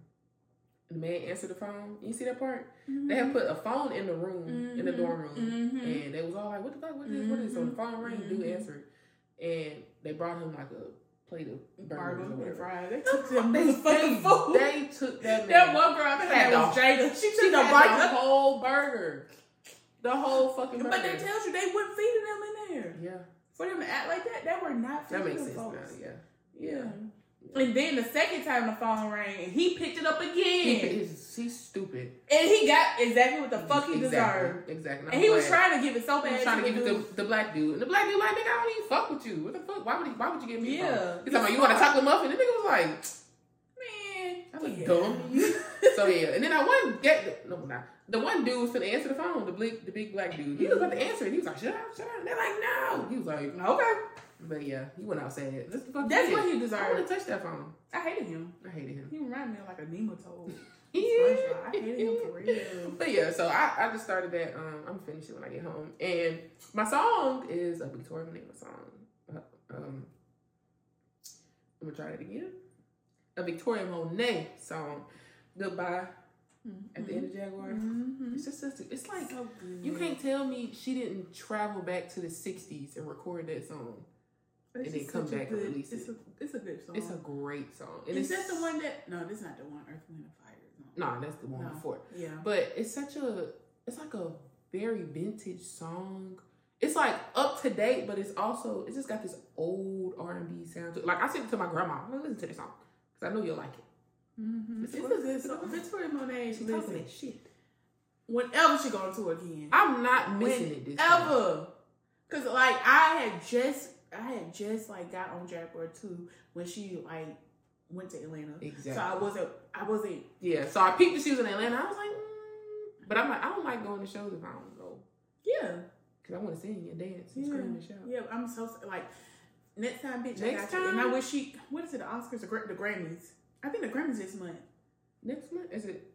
Speaker 2: The man answered the phone. You see that part? They had put a phone in the room, in the
Speaker 1: Mhm.
Speaker 2: dorm room.
Speaker 1: Mhm.
Speaker 2: And they was all like, "What the fuck? What is this? What is this?" So the phone rang, dude
Speaker 1: Mhm.
Speaker 2: answered, and they brought him like a plate of burgers or
Speaker 1: Barbara and
Speaker 2: whatever.
Speaker 1: Fry. They took them
Speaker 2: They,
Speaker 1: motherfucking food.
Speaker 2: they, they took
Speaker 1: *laughs*
Speaker 2: that man.
Speaker 1: that one girl, I think
Speaker 2: Had
Speaker 1: her name was
Speaker 2: the-
Speaker 1: Jada. She
Speaker 2: she
Speaker 1: took the
Speaker 2: had the
Speaker 1: burger.
Speaker 2: whole burger, the whole fucking burger.
Speaker 1: But they tells you they wouldn't feed them in there.
Speaker 2: yeah,
Speaker 1: For them to act like that, they were not feeding
Speaker 2: that makes
Speaker 1: them
Speaker 2: sense now.
Speaker 1: folks.
Speaker 2: Yeah,
Speaker 1: Yeah. And then the second time the phone rang, and he picked it up again.
Speaker 2: He is, he's stupid.
Speaker 1: and he got exactly what the fuck he
Speaker 2: exactly.
Speaker 1: deserved.
Speaker 2: Exactly.
Speaker 1: And he was
Speaker 2: trying.
Speaker 1: trying to give it so
Speaker 2: He
Speaker 1: bad.
Speaker 2: was trying to give it
Speaker 1: the
Speaker 2: to the black dude, and the black dude like, "Nigga, I don't even fuck with you. What the fuck? Why would he? Why would you give me? a
Speaker 1: Yeah.
Speaker 2: phone?" He's talking about you want a chocolate muffin. The nigga was like,
Speaker 1: man.
Speaker 2: I look
Speaker 1: yeah.
Speaker 2: dumb.
Speaker 1: *laughs*
Speaker 2: So yeah, and then I one get no not the one dude was gonna answer the phone, the big the big black dude. He was about to answer it. He was like, "Shut up, shut up." They're like, "No." He was like,
Speaker 1: okay,
Speaker 2: "But yeah, he went outside. That's the fuck.
Speaker 1: that's
Speaker 2: he
Speaker 1: what
Speaker 2: did.
Speaker 1: he
Speaker 2: I would
Speaker 1: deserved.
Speaker 2: have touched that phone.
Speaker 1: I hated him.
Speaker 2: I hated him.
Speaker 1: He reminded me of like a nematode. I hated him for real.
Speaker 2: *laughs* But yeah, so I, I just started that. Um, I'm finishing when I get home, and my song is a Victoria Maneva song. Uh, um, I'm gonna try that again. A Victoria Monet song, "Goodbye" at the end of Jaguar.
Speaker 1: Mhm.
Speaker 2: It's just such a- it's like
Speaker 1: Mm-hmm. So good.
Speaker 2: you can't tell me she didn't travel back to the '60s and record that song.
Speaker 1: It's
Speaker 2: and then
Speaker 1: just
Speaker 2: come
Speaker 1: such a
Speaker 2: back and
Speaker 1: good,
Speaker 2: release
Speaker 1: it's A, it's a good song.
Speaker 2: It's a great song. And
Speaker 1: Oh. is
Speaker 2: it's
Speaker 1: that the one that? No, this is not the one. Earth, Wind, and Fire. No.
Speaker 2: No, that's the one
Speaker 1: No.
Speaker 2: before.
Speaker 1: Yeah.
Speaker 2: But it's such a it's like a very vintage song. It's like up to date, but it's also it's just got this old R and B sound. to it. Like I sent it to my grandma. I'm like, listen to this song because I know you'll like it.
Speaker 1: Mm-hmm. It's,
Speaker 2: It's a
Speaker 1: a good song. Victoria Monet.
Speaker 2: She's talking
Speaker 1: listen,
Speaker 2: that shit.
Speaker 1: whenever she go on tour again,
Speaker 2: I'm not missing it this time.
Speaker 1: ever, because like I had just, I had just like got on Jaguar too when she like went to Atlanta.
Speaker 2: Exactly.
Speaker 1: So I wasn't, I wasn't.
Speaker 2: yeah. So I peeped that she was in Atlanta. I was like, mm. but I'm like I don't like going to shows if I don't go.
Speaker 1: Yeah.
Speaker 2: Cause I want to sing and dance and
Speaker 1: Yeah.
Speaker 2: scream and shout.
Speaker 1: Yeah. I'm so like. Next time, bitch, I
Speaker 2: Next
Speaker 1: got you. And I
Speaker 2: time.
Speaker 1: wish she. What is it? The Oscars, the, Gra- the Grammys. I think the Grammys this month.
Speaker 2: Next month is it?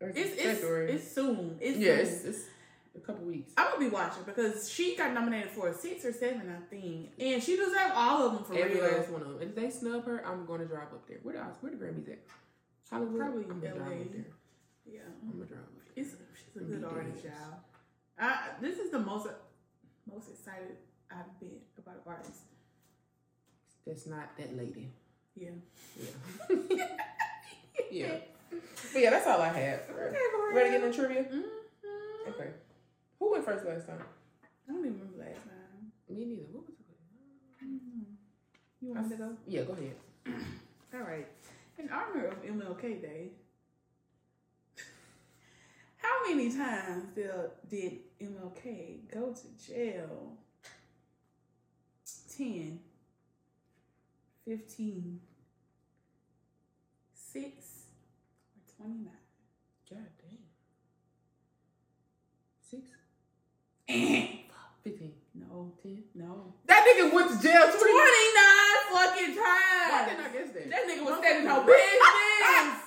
Speaker 2: Or is
Speaker 1: It's
Speaker 2: it
Speaker 1: it's,
Speaker 2: February?
Speaker 1: it's soon. It's
Speaker 2: yeah,
Speaker 1: soon.
Speaker 2: it's, it's a couple weeks.
Speaker 1: I'm gonna be watching because she got nominated for a six or seven, I think, and she deserved all of them for
Speaker 2: Every
Speaker 1: real.
Speaker 2: last one of them. If they snub her, I'm going to drive up there. Where the where the Grammys at? Hollywood.
Speaker 1: Probably
Speaker 2: I'm gonna drive
Speaker 1: LA.
Speaker 2: up there.
Speaker 1: Yeah,
Speaker 2: I'm gonna drive up there.
Speaker 1: it's she's a good
Speaker 2: Indeed.
Speaker 1: artist, y'all. I, this is the most most excited I've been about an artist.
Speaker 2: That's not that lady.
Speaker 1: Yeah.
Speaker 2: *laughs* Yeah. yeah. But yeah, that's all I had.
Speaker 1: Okay,
Speaker 2: For
Speaker 1: Maria.
Speaker 2: Ready to get in trivia?
Speaker 1: Mhm.
Speaker 2: Okay. Who went first last time?
Speaker 1: I don't even remember last time.
Speaker 2: Me neither. What was it?
Speaker 1: Mhm. You want me to go?
Speaker 2: Yeah, go ahead.
Speaker 1: All right. In honor of MLK Day, *laughs* How many times did, did MLK go to jail? 10, 15, 6, or
Speaker 2: God damn. Six,
Speaker 1: 29?
Speaker 2: fifteen,
Speaker 1: *laughs* no,
Speaker 2: ten.
Speaker 1: no.
Speaker 2: That nigga went to jail
Speaker 1: 29
Speaker 2: twenty.
Speaker 1: fucking
Speaker 2: Why didn't
Speaker 1: times!
Speaker 2: I guess that?
Speaker 1: That nigga was standing *laughs* her business!
Speaker 2: *laughs* Ah,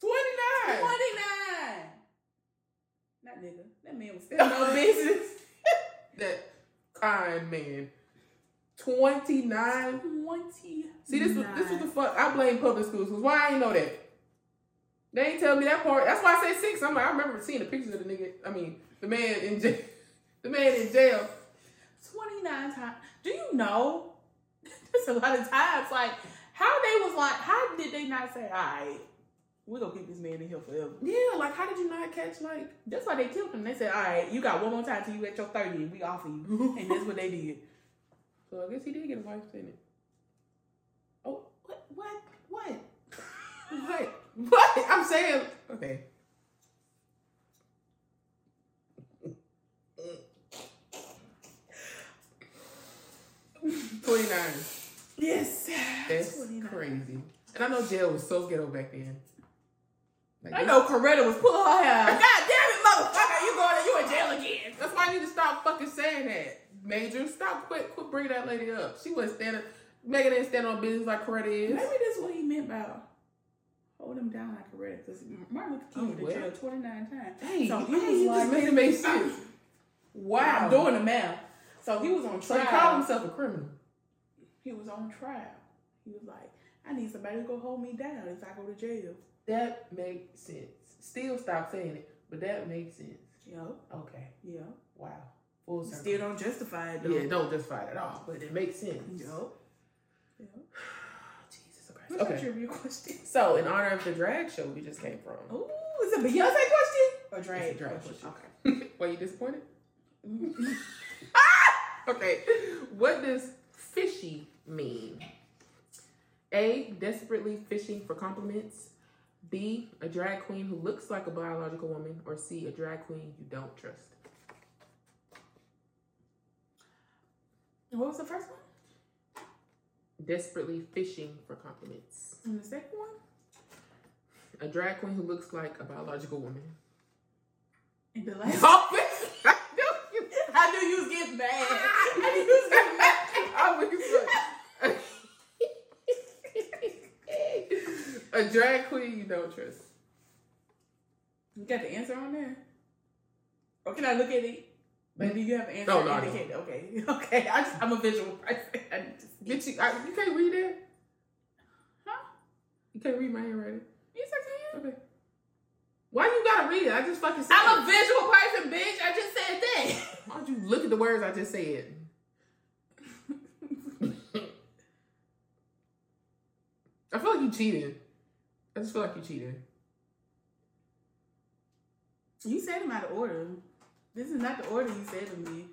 Speaker 2: Twenty nine.
Speaker 1: 29! Not nigga. That man was standing
Speaker 2: *laughs*
Speaker 1: her business.
Speaker 2: That kind man. Twenty nine.
Speaker 1: 20.
Speaker 2: See, this was this was the fuck. I blame public schools because why I ain't know that. They ain't tell me that part. That's why I say six. I'm like, I remember seeing the pictures of the nigga. I mean, the man in jail. *laughs* The man in jail.
Speaker 1: 29 times. Do you know? *laughs* That's a lot of times. Like, how they was like, how did they not say, all right, we're going to keep this man in here forever?
Speaker 2: Yeah, like how did you not catch like?
Speaker 1: That's why they killed him. They said, all right, you got one more time till you at your 30 and we offer you.
Speaker 2: *laughs*
Speaker 1: And that's what they did.
Speaker 2: So I guess he did get a wife, didn't it?
Speaker 1: Oh, what? What? What?
Speaker 2: What? What? I'm saying okay. Twenty nine.
Speaker 1: Yes.
Speaker 2: That's
Speaker 1: 29.
Speaker 2: crazy. And I know jail was so ghetto back then. Like,
Speaker 1: I know Coretta was pulling her
Speaker 2: Oh,
Speaker 1: hair.
Speaker 2: God damn it, motherfucker! You going? You in
Speaker 1: Jail again.
Speaker 2: That's why you need to stop fucking saying that, Major. Stop, quit, quit bringing that lady up. She wasn't standing. Megan ain't standing on business like Coretta is.
Speaker 1: Maybe that's what he meant by hold him down like Coretta. Because Martin Luther
Speaker 2: Oh,
Speaker 1: King was
Speaker 2: what?
Speaker 1: in jail 29 times.
Speaker 2: Hey,
Speaker 1: So he
Speaker 2: hey,
Speaker 1: was
Speaker 2: you
Speaker 1: like-
Speaker 2: just made it make sense. Wow.
Speaker 1: I'm doing the math. So he was on
Speaker 2: so
Speaker 1: trial.
Speaker 2: he called himself a criminal.
Speaker 1: he was on trial. He was like, I need somebody to go hold me down if I go to jail.
Speaker 2: That makes sense. Still stop saying it, but that makes sense.
Speaker 1: Yep,
Speaker 2: Okay.
Speaker 1: yep.
Speaker 2: Wow. Full circle.
Speaker 1: Still don't justify it though.
Speaker 2: yeah, don't justify it at all, but it makes sense. Oh,
Speaker 1: Yep. Yep. What's
Speaker 2: Jesus Christ.
Speaker 1: okay. your
Speaker 2: Okay.
Speaker 1: trivia question?
Speaker 2: So, in honor of the drag show we just came from, *laughs*
Speaker 1: Ooh, is it a Beyonce question? Or drag,
Speaker 2: It's a drag
Speaker 1: question. Okay.
Speaker 2: were you disappointed?
Speaker 1: Mm.
Speaker 2: Okay. What does fishy mean? A. Desperately fishing for compliments. B. A drag queen who looks like a biological woman. Or C. A drag queen you don't trust.
Speaker 1: *laughs* what was the first one?
Speaker 2: Desperately fishing for compliments.
Speaker 1: And the second one?
Speaker 2: A drag queen who looks like a biological woman. *laughs*
Speaker 1: And the *laughs* last one.
Speaker 2: I
Speaker 1: I knew you was getting *laughs* mad. I knew you was getting mad.
Speaker 2: was like, *laughs* a drag queen you don't trust.
Speaker 1: You got the answer on there? Or can I look at it? But do you have an answer?
Speaker 2: No, no, I don't.
Speaker 1: indicated? Okay, *laughs* okay. I just, I'm a visual person. *laughs* I just,
Speaker 2: Did you? I, you can't read that.
Speaker 1: huh?
Speaker 2: You can't read my handwriting.
Speaker 1: Yes, I can.
Speaker 2: Okay. Why you gotta read it? I just fucking said.
Speaker 1: I'm a
Speaker 2: it.
Speaker 1: visual person, bitch. I just said that.
Speaker 2: Why don't you look at the words I just said? I feel like you cheated. I just feel like you cheated.
Speaker 1: *laughs* You said them out of order. This is not the order you said to me,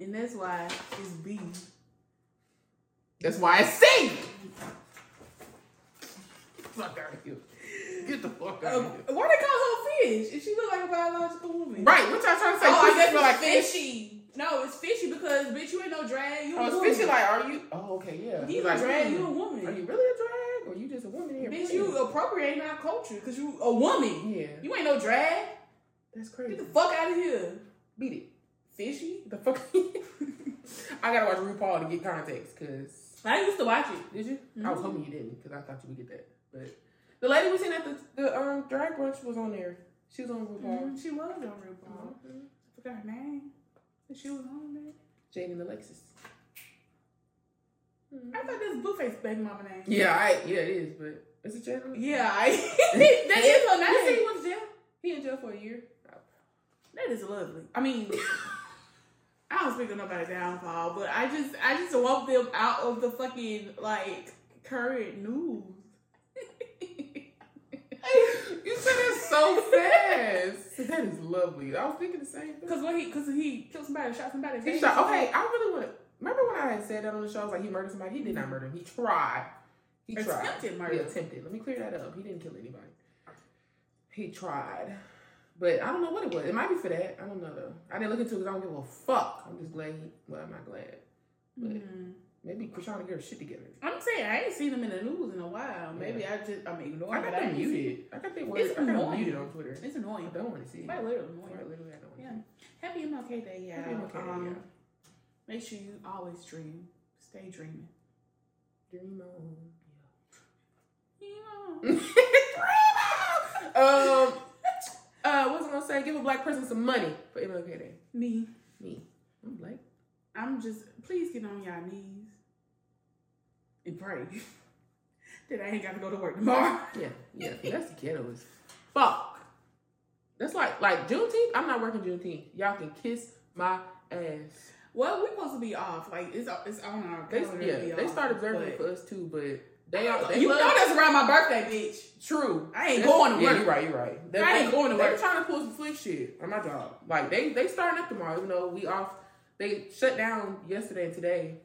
Speaker 1: and that's why it's B.
Speaker 2: That's why I sing. Fuck out of here. Get the fuck out
Speaker 1: Uh,
Speaker 2: of here.
Speaker 1: why they call her fish? If she look like a biological woman,
Speaker 2: Right, what y'all trying to say?
Speaker 1: Oh,
Speaker 2: She
Speaker 1: I guess
Speaker 2: feel
Speaker 1: it's
Speaker 2: like fish.
Speaker 1: fishy. No, it's fishy because bitch, you ain't no drag. You a
Speaker 2: Oh,
Speaker 1: woman.
Speaker 2: it's fishy. Like, are you? Oh, okay, yeah.
Speaker 1: you
Speaker 2: like,
Speaker 1: a drag.
Speaker 2: hmm,
Speaker 1: You a
Speaker 2: Are you
Speaker 1: woman.
Speaker 2: really a drag, or you just a woman here?
Speaker 1: Bitch, you appropriating our culture because you a woman.
Speaker 2: Yeah,
Speaker 1: You ain't no drag.
Speaker 2: that's
Speaker 1: Get
Speaker 2: crazy.
Speaker 1: the fuck out of here,
Speaker 2: Beat it.
Speaker 1: fishy.
Speaker 2: The fuck. *laughs* I gotta watch RuPaul to get context, cause
Speaker 1: I used to watch it.
Speaker 2: did you? I was
Speaker 1: Mhm.
Speaker 2: hoping you didn't, cause I thought you would get that. But the lady we seen at the, the um drag brunch was on there. She was on RuPaul.
Speaker 1: Mhm, She was on
Speaker 2: Mm-hmm.
Speaker 1: RuPaul. I forgot her name. But she was on there.
Speaker 2: Jaden Alexis. Mm-hmm.
Speaker 1: I thought that's Blueface baby mama name.
Speaker 2: Yeah, I yeah it is, but is it Jaden?
Speaker 1: Yeah, I, *laughs* that is her
Speaker 2: You see, he
Speaker 1: name.
Speaker 2: went to jail. He in jail for a year.
Speaker 1: That is lovely. I mean, I don't speak of nobody's downfall, but I just, I just want them out of the fucking like current news.
Speaker 2: *laughs* you said it so fast. *laughs* that is lovely. I was thinking the same thing.
Speaker 1: Cause when he, cause he killed somebody, shot somebody.
Speaker 2: He shot. Okay, I really want. to Remember when I had said that on the show? I was like, he murdered somebody. He did not murder him. He tried. He tried.
Speaker 1: attempted
Speaker 2: He
Speaker 1: murder.
Speaker 2: attempted. Let me clear that up. He didn't kill anybody. He tried. But I don't know what it was. It might be for that. I don't know though. I didn't look into it because I don't give a fuck. I'm just glad. He, well, I'm not glad. But
Speaker 1: Mhm.
Speaker 2: maybe Krishan to get her shit together.
Speaker 1: I'm saying I ain't seen them in the news in a while. Maybe I just I'm
Speaker 2: I
Speaker 1: ignoring.
Speaker 2: got
Speaker 1: but
Speaker 2: them
Speaker 1: didn't see
Speaker 2: muted. I got them. I
Speaker 1: It's
Speaker 2: got them
Speaker 1: annoying.
Speaker 2: muted on Twitter.
Speaker 1: it. It's
Speaker 2: I
Speaker 1: annoying.
Speaker 2: don't want to see it.
Speaker 1: Quite literally annoying.
Speaker 2: Quite literally, I don't want to
Speaker 1: Yeah.
Speaker 2: see it.
Speaker 1: Happy MLK Day, y'all.
Speaker 2: Happy MLK Day,
Speaker 1: um,
Speaker 2: y'all.
Speaker 1: Make sure you always dream. Stay dreaming.
Speaker 2: Dream on.
Speaker 1: Dream *laughs* on.
Speaker 2: Dream on! *laughs* Um, uh, what was I gonna say? Give a black person some money for MLK Day.
Speaker 1: Me.
Speaker 2: Me. I'm black.
Speaker 1: I'm just please get on y'all knees and pray that I ain't gotta go to work tomorrow. *laughs*
Speaker 2: Yeah, yeah. That's ghetto as fuck. That's like like Juneteenth. I'm not working Juneteenth. Y'all can kiss my ass.
Speaker 1: Well, we're supposed to be off. Like it's it's on our
Speaker 2: They,
Speaker 1: calendar to be
Speaker 2: yeah, they
Speaker 1: off,
Speaker 2: start observing
Speaker 1: but-
Speaker 2: it for us too, but they are. They
Speaker 1: you
Speaker 2: love,
Speaker 1: know that's around my birthday, bitch.
Speaker 2: true.
Speaker 1: I ain't
Speaker 2: That's-
Speaker 1: going to
Speaker 2: yeah,
Speaker 1: work.
Speaker 2: You're right. You're right. They,
Speaker 1: I ain't going to
Speaker 2: They're
Speaker 1: work.
Speaker 2: trying to pull some flick shit on my job. Like they they starting up tomorrow, even though we off. They shut down yesterday and today,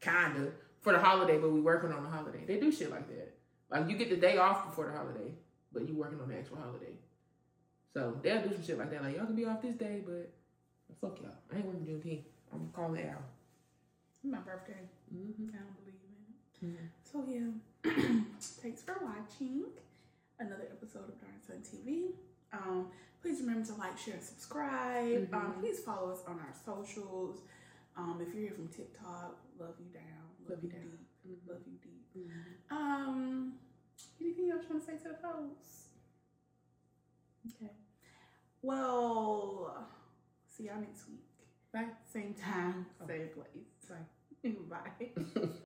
Speaker 2: kinda for the holiday, but we working on the holiday. They do shit like that. Like you get the day off before the holiday, but you working on the actual holiday. So they'll do some shit like that. Like y'all can be off this day, but fuck y'all. I ain't working Juneteenth. I'm calling out.
Speaker 1: My birthday.
Speaker 2: Mm-hmm.
Speaker 1: I don't believe in it. So yeah, *clears throat* thanks for watching another episode of Darn Sun TV. Um, please remember to like, share, and subscribe. Um,
Speaker 2: Mhm.
Speaker 1: please follow us on our socials. Um, if you're here from TikTok, love you down, Mm-hmm. love,
Speaker 2: Love
Speaker 1: you
Speaker 2: you
Speaker 1: deep, love you deep.
Speaker 2: mm
Speaker 1: Um, anything else you want to say to the folks? Okay. Well, see y'all next week.
Speaker 2: Bye.
Speaker 1: Same time,
Speaker 2: Oh.
Speaker 1: same place. *laughs* Bye. Bye.